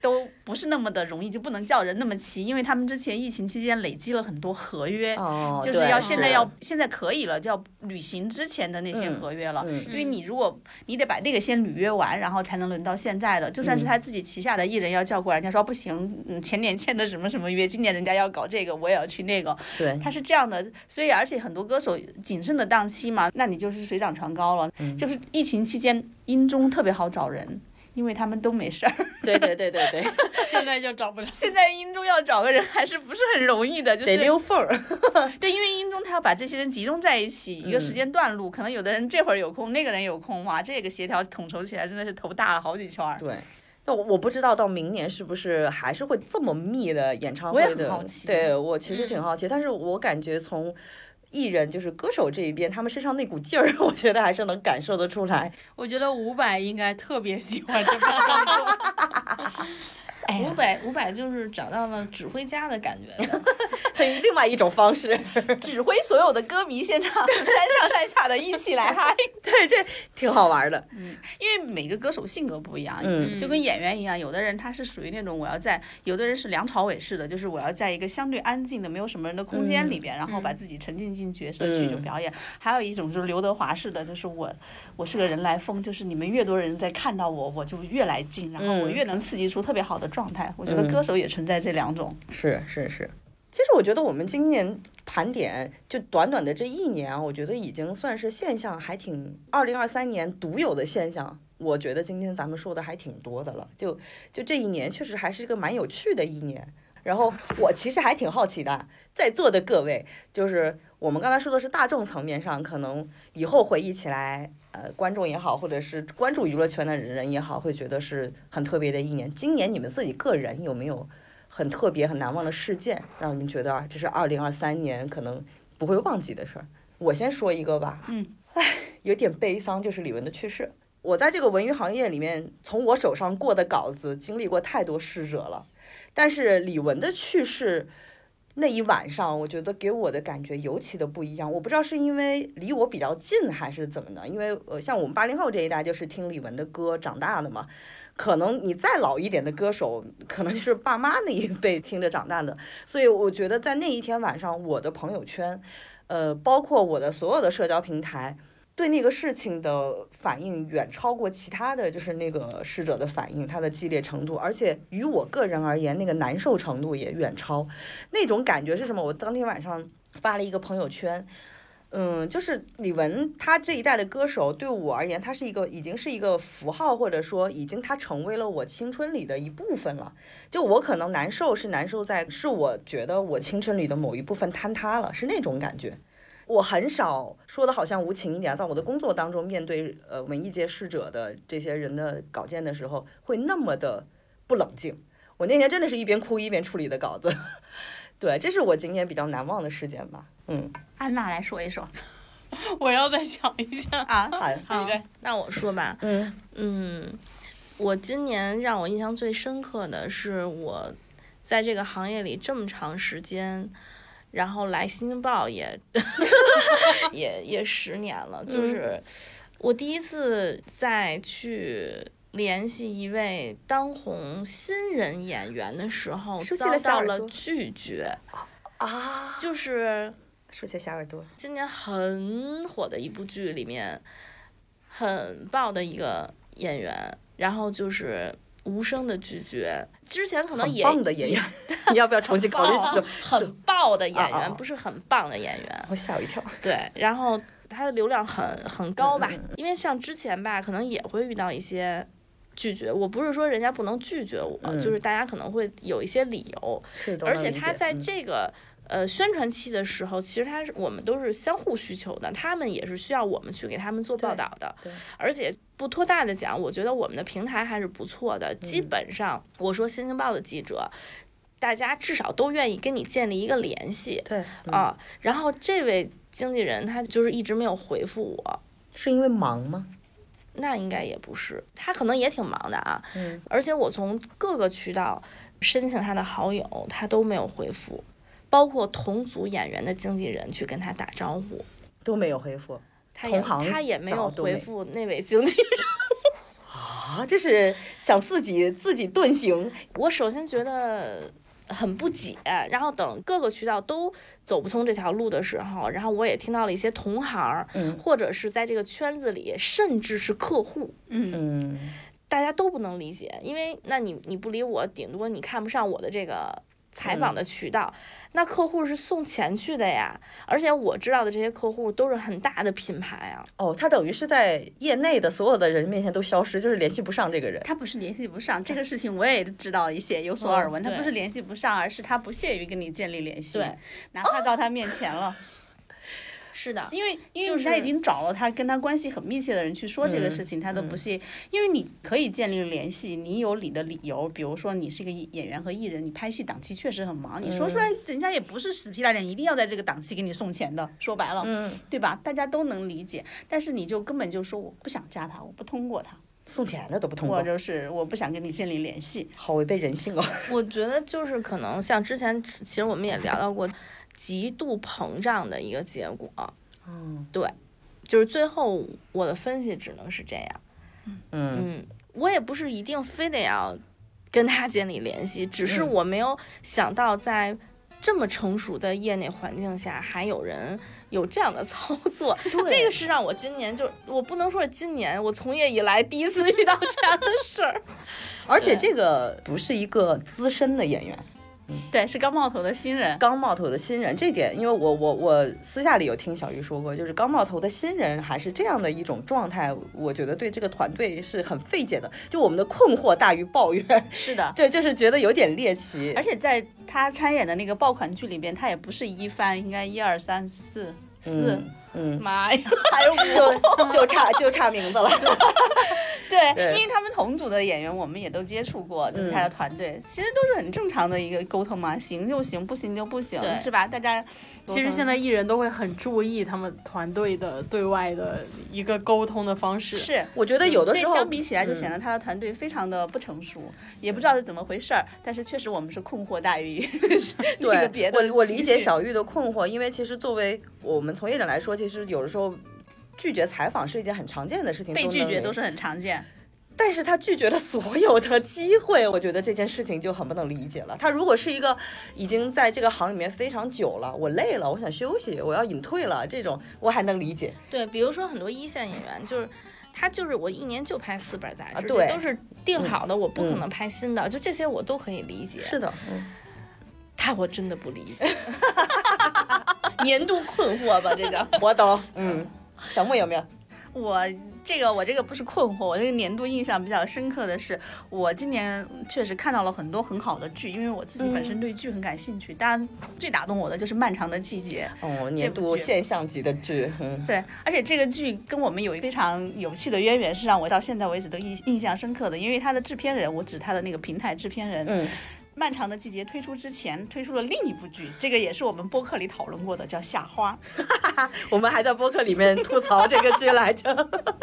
都不是那么的容易，就不能叫人那么齐，因为他们之前疫情期间累积了很多合约，
哦，
就是
对
要
是
现在要现在可以了，就要履行之前的那些
嗯
合约了。
嗯
因为你如果你得把那个先履约完，然后才能轮到现在的。就算是他自己旗下的艺人要叫过来，人家说不行，嗯，前年签的什么什么约，今年人家要搞这个，我也要去那个，
对，
他是这样的。所以而且很多歌手仅剩的档期嘛，那你就是水涨船高了。就是疫情期间，音中特别好找人。因为他们都没事儿，
对对对对对，
现在就找不着。
现在音中要找个人还是不是很容易的，就是
得溜缝儿。
对，因为音中他要把这些人集中在一起，一个时间段录，可能有的人这会儿有空，那个人有空，哇，这个协调统筹起来真的是头大了好几圈儿。
对。那我我不知道到明年是不是还是会这么密的演唱
我
会
也
的，
很好奇嗯
对我其实挺好奇，但是我感觉从艺人就是歌手这一边，他们身上那股劲儿， 我觉得还是能感受得出来。
我觉得伍佰应该特别喜欢这份工作。
哎
五百五百就是找到了指挥家的感 觉了，
很另外一种方式，
指挥所有的歌迷现场 山上山下的一起来嗨，
对，这挺好玩的。
因为每个歌手性格不一样。
嗯
就跟演员一样，有的人他是属于那种我要在，有的人是梁朝伟式的，就是我要在一个相对安静的、没有什么人的空间里边，然后把自己沉浸进角色去就
嗯
表演。还有一种就是刘德华式的，就是我我是个人来疯，就是你们越多人在看到我，我就越来劲，然后我
嗯
越能刺激出特别好的状态。我觉得歌手也存在这两种。
是是是，其实我觉得我们今年盘点，就短短的这一年啊，我觉得已经算是现象还挺二零二三年独有的现象。我觉得今天咱们说的还挺多的了，就就这一年确实还是个蛮有趣的一年。然后我其实还挺好奇的，在座的各位，就是我们刚才说的是大众层面上，可能以后回忆起来，呃，观众也好，或者是关注娱乐圈的人也好，会觉得是很特别的一年。今年你们自己个人有没有很特别、很难忘的事件，让你们觉得啊，这是二零二三年可能不会忘记的事儿。我先说一个吧，
嗯，
唉，有点悲伤，就是李玟的去世。我在这个文娱行业里面，从我手上过的稿子经历过太多逝者了，但是李玟的去世那一晚上，我觉得给我的感觉尤其的不一样。我不知道是因为离我比较近还是怎么的，因为呃，像我们八零后这一代就是听李玟的歌长大的嘛，可能你再老一点的歌手，可能就是爸妈那一辈 听着长大的，所以我觉得在那一天晚上，我的朋友圈，呃，包括我的所有的社交平台，对那个事情的反应远超过其他的就是那个逝者的反应，它的激烈程度，而且于我个人而言，那个难受程度也远超。那种感觉是什么？我当天晚上发了一个朋友圈。嗯，就是李玟她这一代的歌手，对我而言，她是一个已经是一个符号，或者说已经她成为了我青春里的一部分了。就我可能难受是难受在，是我觉得我青春里的某一部分坍塌了，是那种感觉。我很少说的好像无情一点，在我的工作当中，面对呃文艺界逝者的这些人的稿件的时候，会那么的不冷静。我那天真的是一边哭一边处理的稿子， 对，这是我今天比较难忘的事件吧。嗯，
安娜来说一说
我要再想一下。
啊，
好，
好
对，
那我说吧，
嗯，
嗯，我今年让我印象最深刻的是我在这个行业里这么长时间，然后来《新京报也》 也也十年了，就是我第一次再去。联系一位当红新人演员的时候，
竖起
遭
了小
到
耳
了
朵
拒绝，
啊，
就是
竖起小耳朵，
今年很火的一部剧里面，很爆的一个演员，然后就是无声的拒绝。之前可能
很
也
棒的 演员，你要不要重新考虑
爆
是？
很爆的演
啊啊啊
员，不是很棒的演员。
我吓我一跳。
对，然后他的流量很很高吧
嗯嗯，
因为像之前吧，可能也会遇到一些拒绝。我不是说人家不能拒绝我，
嗯
就是大家可能会有一些理由，
是都能
而
理解，
且他在
嗯
这个、呃宣传期的时候，其实他是我们都是相互需求的，他们也是需要我们去给他们做报
对
道的
对。
而且不拖大的讲，我觉得我们的平台还是不错的，基
嗯
本上我说《新京报》的记者。大家至少都愿意跟你建立一个联系
对，嗯
啊、然后这位经纪人他就是一直没有回复我，
是因为忙吗？
那应该也不是，他可能也挺忙的啊。
嗯，
而且我从各个渠道申请他的好友，他都没有回复，包括同组演员的经纪人去跟他打招呼，
都没有回复
他也
同行
他也没有
找都没
回复那位经纪人。
啊，这是想自己自己遁形，
我首先觉得。很不解，然后等各个渠道都走不通这条路的时候，然后我也听到了一些同行儿，
嗯
或者是在这个圈子里，甚至是客户，
嗯，
嗯，
大家都不能理解，因为那你你不理我，顶多你看不上我的这个采访的渠道，那客户是送钱去的呀，而且我知道的这些客户都是很大的品牌啊，
哦，他等于是在业内的所有的人面前都消失，就是联系不上这个人。
他不是联系不上这个事情，我也知道一些有
哦
所耳闻，
嗯
他不
对
是联系不上，而是他不屑于跟你建立联系，，，哪怕到他面前了，
是的，
因为因为
就是
人家已经找了他跟他关系很密切的人去说这个事情，他都不屑，因为你可以建立联系，你有你的理由，比如说你是一个演员和艺人，你拍戏档期确实很忙，你说出来人家也不是死皮赖脸一定要在这个档期给你送钱的，说白了，
嗯，
对吧？大家都能理解，但是你就根本就说我不想加他，我不通过他，
送钱的都不通
我
过，
就是我不想跟你建立联系，
好违背人性哦。
我觉得就是可能像之前，其实我们也聊到过，极度膨胀的一个结果，
嗯
就是最后我的分析只能是这样。
嗯
嗯，我也不是一定非得要跟他建立联系，只是
嗯
我没有想到在这么成熟的业内环境下，还有人有这样的操 作。这个是让我今年就我不能说是今年，我从业以来第一次遇到这样的事儿。
而且这个不是一个资深的演员，
对，是刚冒头的新人，
刚冒头的新人，这点因为我我我私下里有听小鱼说过，就是刚冒头的新人还是这样的一种状态，我觉得对这个团队是很费解的，就我们的困惑大于抱怨，
是的。
对，就是觉得有点猎奇，
而且在他参演的那个爆款剧里边，他也不是一番，应该一二三四四，
嗯嗯，
妈呀！
就就差就差名字了，
对，
对嗯
因为他们同组的演员我们也都接触过，就是他的团队，其实都是很正常的一个沟通嘛，行就行，不行就不行
对，
是吧？大家沟
其实
通
现在艺人都会很注意他们团队的对外的一个沟通的方式。
是。
我觉得有的
所以
时候嗯
相比起来，就显得他的团队非常的不成熟，也不知道是怎么回事儿。但是确实我们是困惑大于 那个别
对，
的
我我理
情
解
绪
小玉的困惑，因为其实作为我们从业者来说，其实有的时候拒绝采访是一件很常见的事情，
被
都
拒
能
绝
理
都是很常见。
但是他拒绝了所有的机会，我觉得这件事情就很不能理解了。他如果是一个已经在这个行里面非常久了，我累了，我想休息，我要隐退了，这种我还能理解。
对，比如说很多一线演员就是。他就是我一年就拍四本杂志，
啊
这
对
都是定好的，我不可
嗯
能拍新的，就这些我都可以理解。
是的，嗯，
他我真的不理解， 年度困惑吧，这叫。
我懂，嗯。小木有没有？
我这个我这个不是困惑，我这个年度印象比较深刻的是，我今年确实看到了很多很好的剧，因为我自己本身对剧很感兴趣。当然，最打动我的就是《漫长的季节
哦，年
部
度
剧
现象级的剧，嗯》。，
对，而且这个剧跟我们有一个非常有趣的渊源，是让我到现在为止都印印象深刻的。因为它的制片人，我指他的那个平台制片人，
嗯，
漫长的季节》推出之前推出了另一部剧，这个也是我们播客里讨论过的，叫《夏花》。
我们还在播客里面吐槽这个剧来着。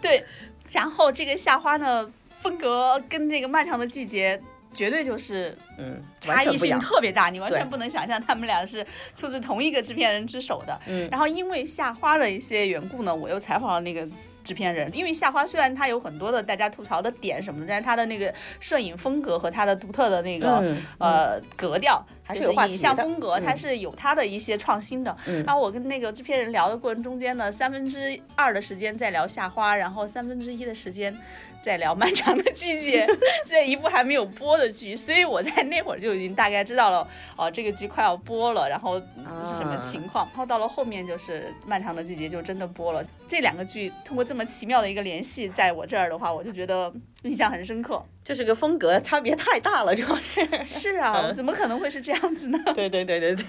对，然后这个夏花呢，风格跟这个漫长的季节绝对就是
嗯，
差
完
异
全不一
性
样
特别大，你完
对
全不能想象他们俩是出自同一个制片人之手的。
嗯
然后因为夏花的一些缘故呢，我又采访了那个制片人，因为夏花虽然他有很多的大家吐槽的点什么的，但是他的那个摄影风格和他的独特的那个、
嗯
呃格调，
还是
就
有话
影
题
像
的
风格，
嗯
它是有它的一些创新的。
嗯
然后我跟那个制片人聊的过程中间呢，三分之二的时间在聊夏花，然后三分之一的时间在聊漫长的季 节这一部还没有播的剧，所以我在那会儿就已经大概知道了哦，这个剧快要播了，然后是什么
啊
情况。然后到了后面就是漫长的季节就真的播了。这两个剧通过这么奇妙的一个联系，在我这儿的话，我就觉得印象很深刻。
啊就是个风格差别太大了，主要 是。
是啊， 怎么可能会是这样子呢？
对对对对对，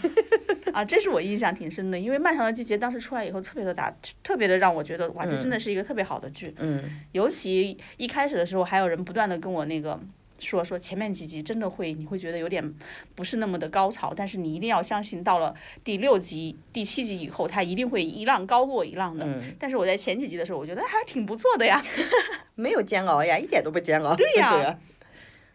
啊，这是我印象挺深的，因为《漫长的季节》当时出来以后，特别的打，特别的让我觉得哇，这真的是一个特别好的剧。
嗯，
尤其一开始的时候，还有人不断的跟我那个说说前面几集真的会，你会觉得有点不是那么的高潮，但是你一定要相信，到了第六集、第七集以后，它一定会一浪高过一浪的。
嗯
但是我在前几集的时候，我觉得还挺不错的呀。
没有煎熬呀，一点都不煎熬。对啊
呀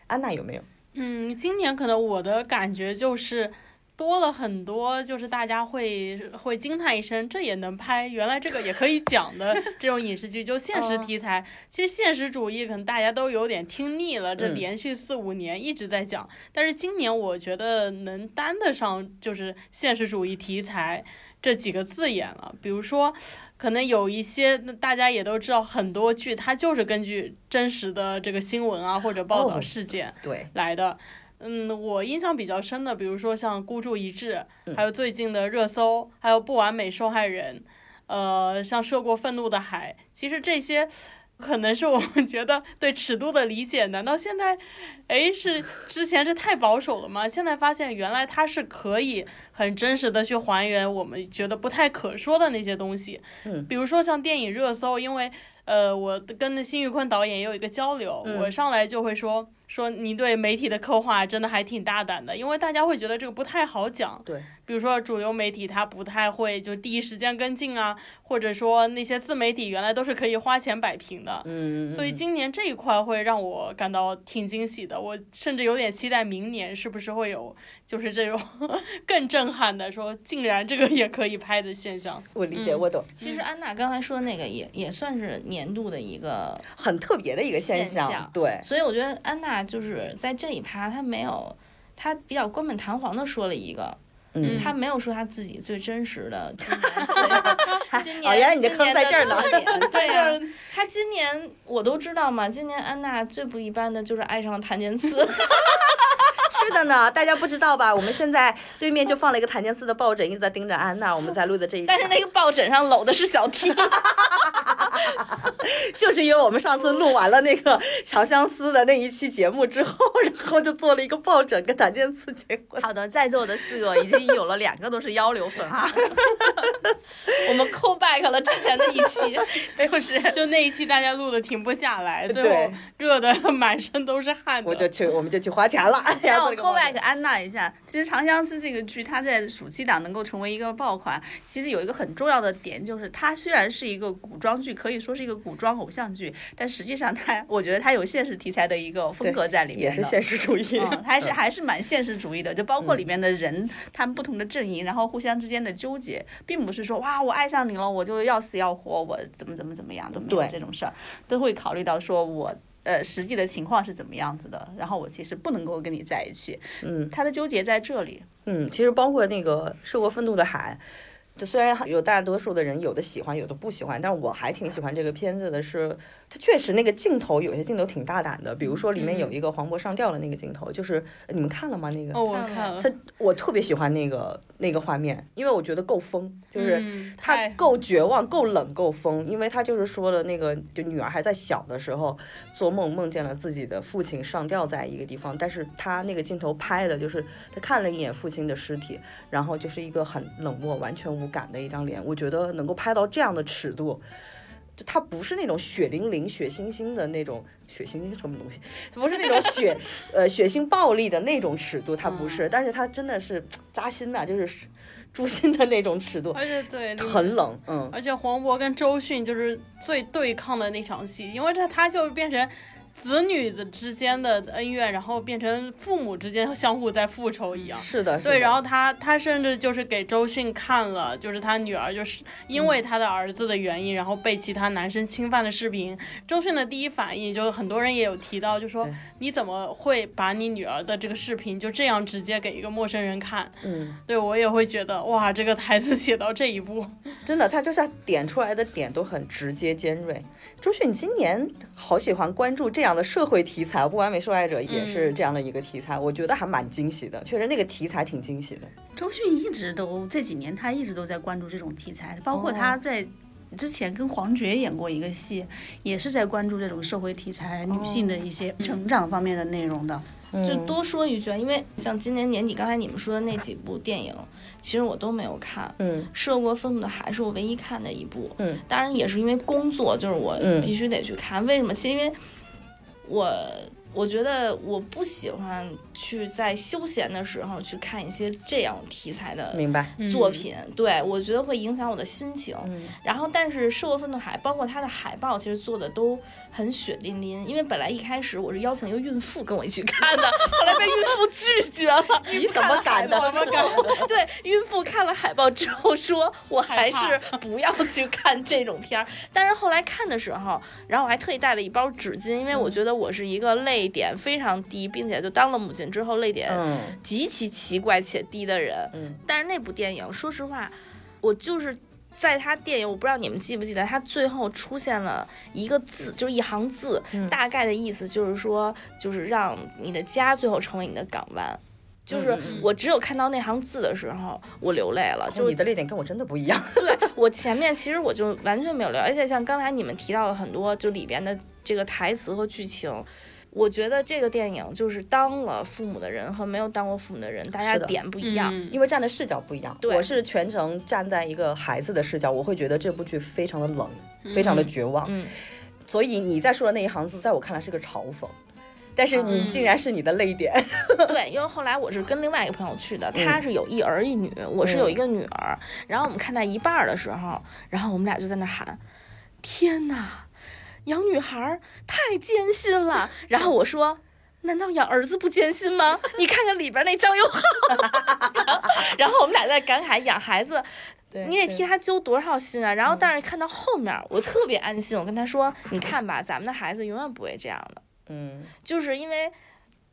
安娜有没有？
嗯，今年可能我的感觉就是多了很多，就是大家会会惊叹一声，这也能拍，原来这个也可以讲 的这种影视剧，就现实
哦
题材。其实现实主义可能大家都有点听腻了，这
嗯
连续四五年一直在讲，但是今年我觉得能担得上就是现实主义题材这几个字眼了，比如说。可能有一些那大家也都知道，很多剧它就是根据真实的这个新闻啊或者报道
哦
事件，
对，
来的。嗯，我印象比较深的，比如说像《孤注一掷》，
嗯
还有最近的热搜，还有《不完美受害人》，呃，像《涉过愤怒的海》，其实这些。可能是我们觉得对尺度的理解，难道现在，哎，是之前是太保守了吗？现在发现原来它是可以很真实的去还原我们觉得不太可说的那些东西，
嗯，
比如说像电影热搜，因为呃，我跟那辛玉坤导演也有一个交流，
嗯
我上来就会说说你对媒体的刻画真的还挺大胆的，因为大家会觉得这个不太好讲。
对，
比如说主流媒体它不太会就第一时间跟进啊，或者说那些自媒体原来都是可以花钱摆平的，
嗯，
所以今年这一块会让我感到挺惊喜的，我甚至有点期待明年是不是会有就是这种 更震撼的，说竟然这个也可以拍的现象。
我理解，
嗯
我懂，
其实安娜刚才说那个也也算是年度的一个，
很特别的一个现
现
象
象，
对，
所以我觉得安娜就是在这一趴她没有，她比较冠冕堂皇的说了一个，
嗯
嗯
她没有说她自己最真实的 今年最今
哦原来
年
你的
今
坑
年
在这儿呢
特 点，对啊呀、她今年我都知道嘛，今年安娜最不一般的就是爱上了檀健 次，
是的呢，大家不知道吧？ 我们现在对面就放了一个檀健次的抱枕，一直在盯着 安娜，我们在录的这一场。
但是那个抱枕上搂的是小 T，
就是因为我们上次录完了那个长相思的那一期节目之后，然后就做了一个抱枕跟檀健次结婚。
好的，在座的四个已经有了两个都是腰流粉啊哈，
我们 call back 了之前的一 期，
就是
就那一期大家录的停不下来，最
对
后热的 满身都是汗
我就
的。
去，我们就去花钱了。然
让
后做了
我
个
call
抱
back
枕
安娜一下。其实《长相思》这个剧，它在暑期档能够成为一个爆款，其实有一个很重要的点，就是它虽然是一个古装剧，可以说是一个古装偶像剧，但实际上它，我觉得它有现实题材的一个风格在里面
也是
的
现实主义。
嗯，还是还是蛮现实主义的，就包
嗯
括里面的人，他们不同的阵营，然后互相之间的纠结，并不是说哇，我爱上你了，我就要死要活，我怎么怎么怎么样都没有
对
这种事儿，都会考虑到说我。呃，实际的情况是怎么样子的？然后我其实不能够跟你在一起，
嗯
他的纠结在这里。
嗯，其实包括那个《涉过愤怒的海》，就虽然有大多数的人有的喜欢，有的不喜欢，但我还挺喜欢这个片子的是，它确实那个镜头有些镜头挺大胆的，比如说里面
嗯
有一个黄渤上吊的那个镜头，就是你们看了吗？那个
哦，我
看
看
了
了，
他我特别喜欢那个那个画面，因为我觉得够疯，就是
嗯
他
太
够绝望、够冷、够疯，因为他就是说了那个，就女儿还在小的时候做梦梦见了自己的父亲上吊在一个地方，但是他那个镜头拍的就是他看了一眼父亲的尸体，然后就是一个很冷漠、完全无感的一张脸，我觉得能够拍到这样的尺度。就他不是那种血淋淋、血腥腥的那种，血腥腥是什么东西？不是那种血，呃，血腥暴力的那种尺度，他不是，但是他真的是扎心呐、就是诛心的那种尺度，
而且对那个
很冷，嗯，
而且黄渤跟周迅就是最对抗的那场戏，因为这他就变成子女的之间的恩怨，然后变成父母之间相互在复仇一样。
嗯是的，是的
对，然后他他甚至就是给周迅看了，就是他女儿就是
嗯
因为他的儿子的原因，然后被其他男生侵犯的视频。周迅的第一反应就是很多人也有提到，就说
对
你怎么会把你女儿的这个视频就这样直接给一个陌生人看？
嗯，
对我也会觉得哇，这个台词写到这一 步，
真的，他就是点出来的点都很直接尖锐。周迅今年好喜欢关注这样的社会题材，《不完美受害者》也是这样的一个题材，我觉得还蛮惊喜的，确实那个题材挺惊喜的。
周迅一直都这几年，他一直都在关注这种题材，包括他在之前跟黄觉演过一个戏，也是在关注这种社会题材、女性的一些成长方面的内容的。
嗯
就多说一句啊，因为像今年年底刚才你们说的那几部电影，其实我都没有看，
嗯
《涉过愤怒的海》是我唯一看的一部，
嗯，
当然也是因为工作，就是我
嗯
必须得去看。为什么？其实因为我我觉得我不喜欢去在休闲的时候去看一些这样题材的
明白。
作品，对我觉得会影响我的心情。
嗯
然后，但是《涉过愤怒的海》包括它的海报，其实做的都很血淋淋。因为本来一开始我是邀请一个孕妇跟我一起看的，后来被孕妇拒绝了。
你怎么敢 的？
怎么敢？
对，孕妇看了海报之后说，我
害
还
怕
是不要去看这种片儿。但是后来看的时候，然后我还特意带了一包纸巾，因为
嗯
我觉得我是一个泪点非常低，并且就当了母亲之后泪 点
嗯
极其奇怪且低的人。
嗯，
但是那部电影，说实话，我就是。在他电影，我不知道你们记不记得，他最后出现了一个字，就是一行字，
嗯
大概的意思就是说，就是让你的家最后成为你的港湾。就是
嗯
嗯
我只有看到那行字的时候，我流泪了。就
哦你的泪点跟我真的不一样。
对我前面其实我就完全没有聊，而且像刚才你们提到的很多，就里边的这个台词和剧情，我觉得这个电影就是当了父母的人和没有当过父母的人，大家
是的
点
不
不一样。
因为站的视角不一样，
对
我是全程站在一个孩子的视角，我会觉得这部剧非常的冷，非常的绝望。
嗯
所以你在说的那一行字，在我看来是个嘲讽，但是你
嗯
竟然是你的泪点。
对，因为后来我是跟另外一个朋友去的，
嗯
他是有一儿一女，我是有一个女儿。然后我们看到一半儿的时候，然后我们俩就在那喊：“天哪，养女孩儿太艰辛了。”然后我说。难道养儿子不艰辛吗？你看看里边那张佑浩， 然后然后我们俩在感慨养孩子，
对嗯
你得替他揪多少心啊！然后，但是看到后面，我特别安心。我跟他说：“你看吧，咱们的孩子永远不会这样的。”
嗯
就是因为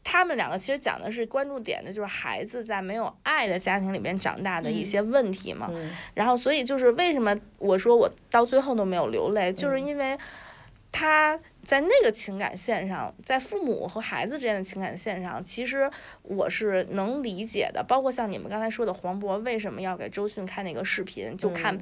他们两个其实讲的是关注点的，就是孩子在没有爱的家庭里边长大的一些问题嘛。
嗯
然后，所以就是为什么我说我到最后都没有流泪，就是
嗯
因为他在那个情感线上，在父母和孩子之间的情感线上，其实我是能理解的。包括像你们刚才说的，黄渤为什么要给周迅看那个视频，就看
嗯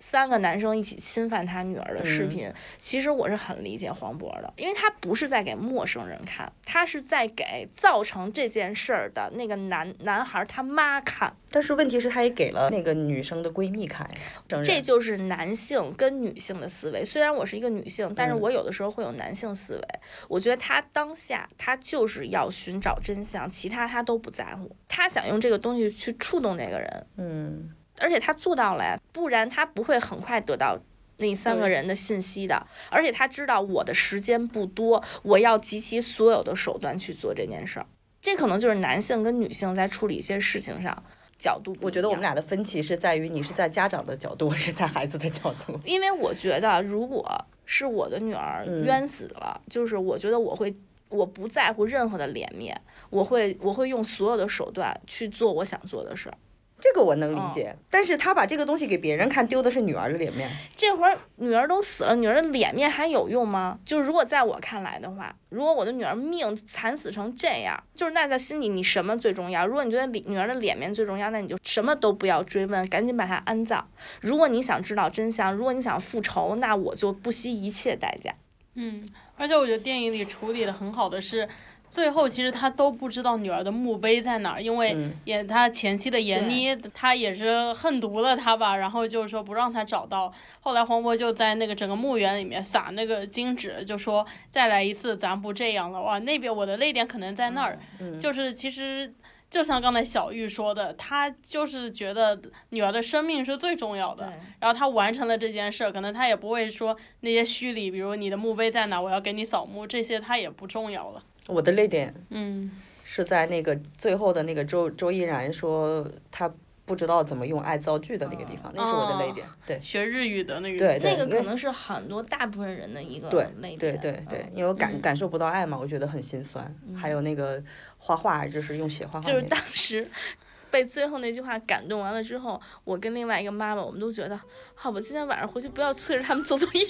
三个男生一起侵犯他女儿的视频，其实我是很理解黄渤的，因为他不是在给陌生人看，他是在给造成这件事儿的那个男男孩他妈看，
但是问题是，他也给了那个女生的闺蜜看，承认
这就是男性跟女性的思维。虽然我是一个女性，但是
嗯
我有的时候会有男性思维。我觉得他当下他就是要寻找真相，其他他都不在乎，他想用这个东西去触动这个人。
嗯，
而且他做到了呀，不然他不会很快得到那三个
对
人的信息的。而且他知道我的时间不多，我要集齐所有的手段去做这件事儿。这可能就是男性跟女性在处理一些事情上角度不一样。
我觉得我们俩的分歧是在于你是在家长的角度，我是在孩子的角度。
因为我觉得，如果是我的女儿
嗯
冤死了，就是我觉得我会，我不在乎任何的脸面，我会我会用所有的手段去做我想做的事儿。
这个我能理解，但是他把这个东西给别人看，丢的是女儿的脸面。
这会儿女儿都死了，女儿的脸面还有用吗？就是如果在我看来的话，如果我的女儿命惨死成这样，就是那在心里你什么最重要？如果你觉得里女儿的脸面最重要，那你就什么都不要追问，赶紧把她安葬。如果你想知道真相，如果你想复仇，那我就不惜一切代价。
嗯，而且我觉得电影里处理的很好的是，最后其实他都不知道女儿的墓碑在哪儿，因为
嗯
也他前妻的闫妮，她也是恨毒了他吧，然后就是说不让他找到。后来黄渤就在那个整个墓园里面撒那个金纸，就说再来一次，咱不这样了。哇，那边我的泪点可能在那儿，
嗯
就是其实。就像刚才小玉说的，他就是觉得女儿的生命是最重要的，然后他完成了这件事儿，可能他也不会说那些虚礼，比如你的墓碑在哪，我要给你扫墓，这些他也不重要了。
我的泪点
嗯，
是在那个最后的那个周周依然说他不知道怎么用爱造句的那个地方，那是我的泪点。对
学日语的那个
对对
那个
因为
可能是很多大部分人的一个
对
泪
对
点。
对对
嗯，
因为我感感受不到爱嘛，我觉得很心酸。还有那个画画，嗯就是用血画画那
就是
个，
当时 被最后那句话感动完了之后，我跟另外一个妈妈，我们都觉得，好吧，今天晚上回去不要催着他们做作业，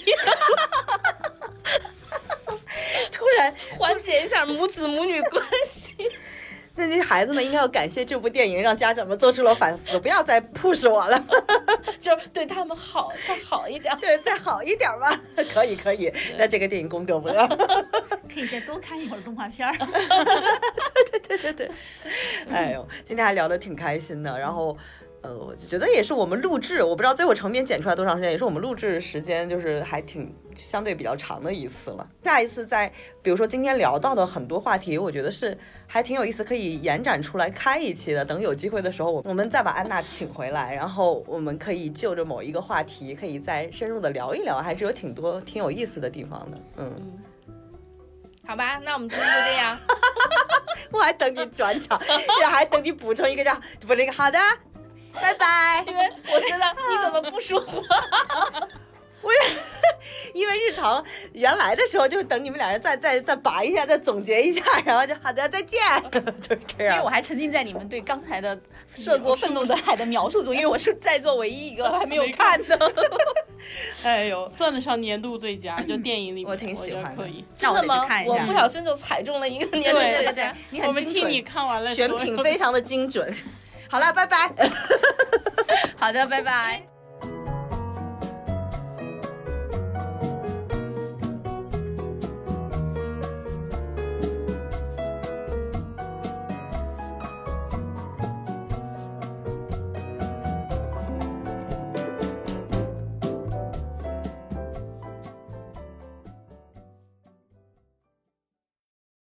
突然
缓解一下母子母女关系。
那那些孩子们应该要感谢这部电影，让家长们做出了反思，不要再 push 我了，
就是对他们好，再好一点。
对，再好一点吧。 可以可以，那这个电影功德不量。
可以再多看一会儿动画 片儿。
啊哎 呦，今天还聊得挺开心的，然后。呃，我就觉得也是我们录制，我不知道最后成片剪出来多长时间，也是我们录制时间就是还挺相对比较长的一次了。下一次再，比如说今天聊到的很多话题，我觉得是还挺有意思，可以延展出来开一期的。等有机会的时候，我我们再把安娜请回来，然后我们可以就着某一个话题，可以再深入的聊一聊，还是有挺多挺有意思的地方的。嗯，
好吧，那我们今天就这样。
我还等你转 场，也还等你补充一个这样，补充一个好的，拜拜。
因为我知道 你怎么不说话，
因为日常原来的时候，就是等你们俩人再再再拔一下，再总结一下，然后就好的再见， 就是这
因为我
样。
还沉浸在你们对刚才 的《涉过愤怒的海》的描述中，因为我是在座唯一一个还没有看的。
哎呦，
算得上年度最佳，就电影里面，
我
我
挺喜欢的
觉得可以。
那
真
我得
的
去
吗
看？一
我
下
不小心就踩中了一个年龄
对
对
的家
对。，你很
我们
精
替你
准，
看完了
选
所有
品
的
非常的精准。好了，拜拜。
好的，拜拜。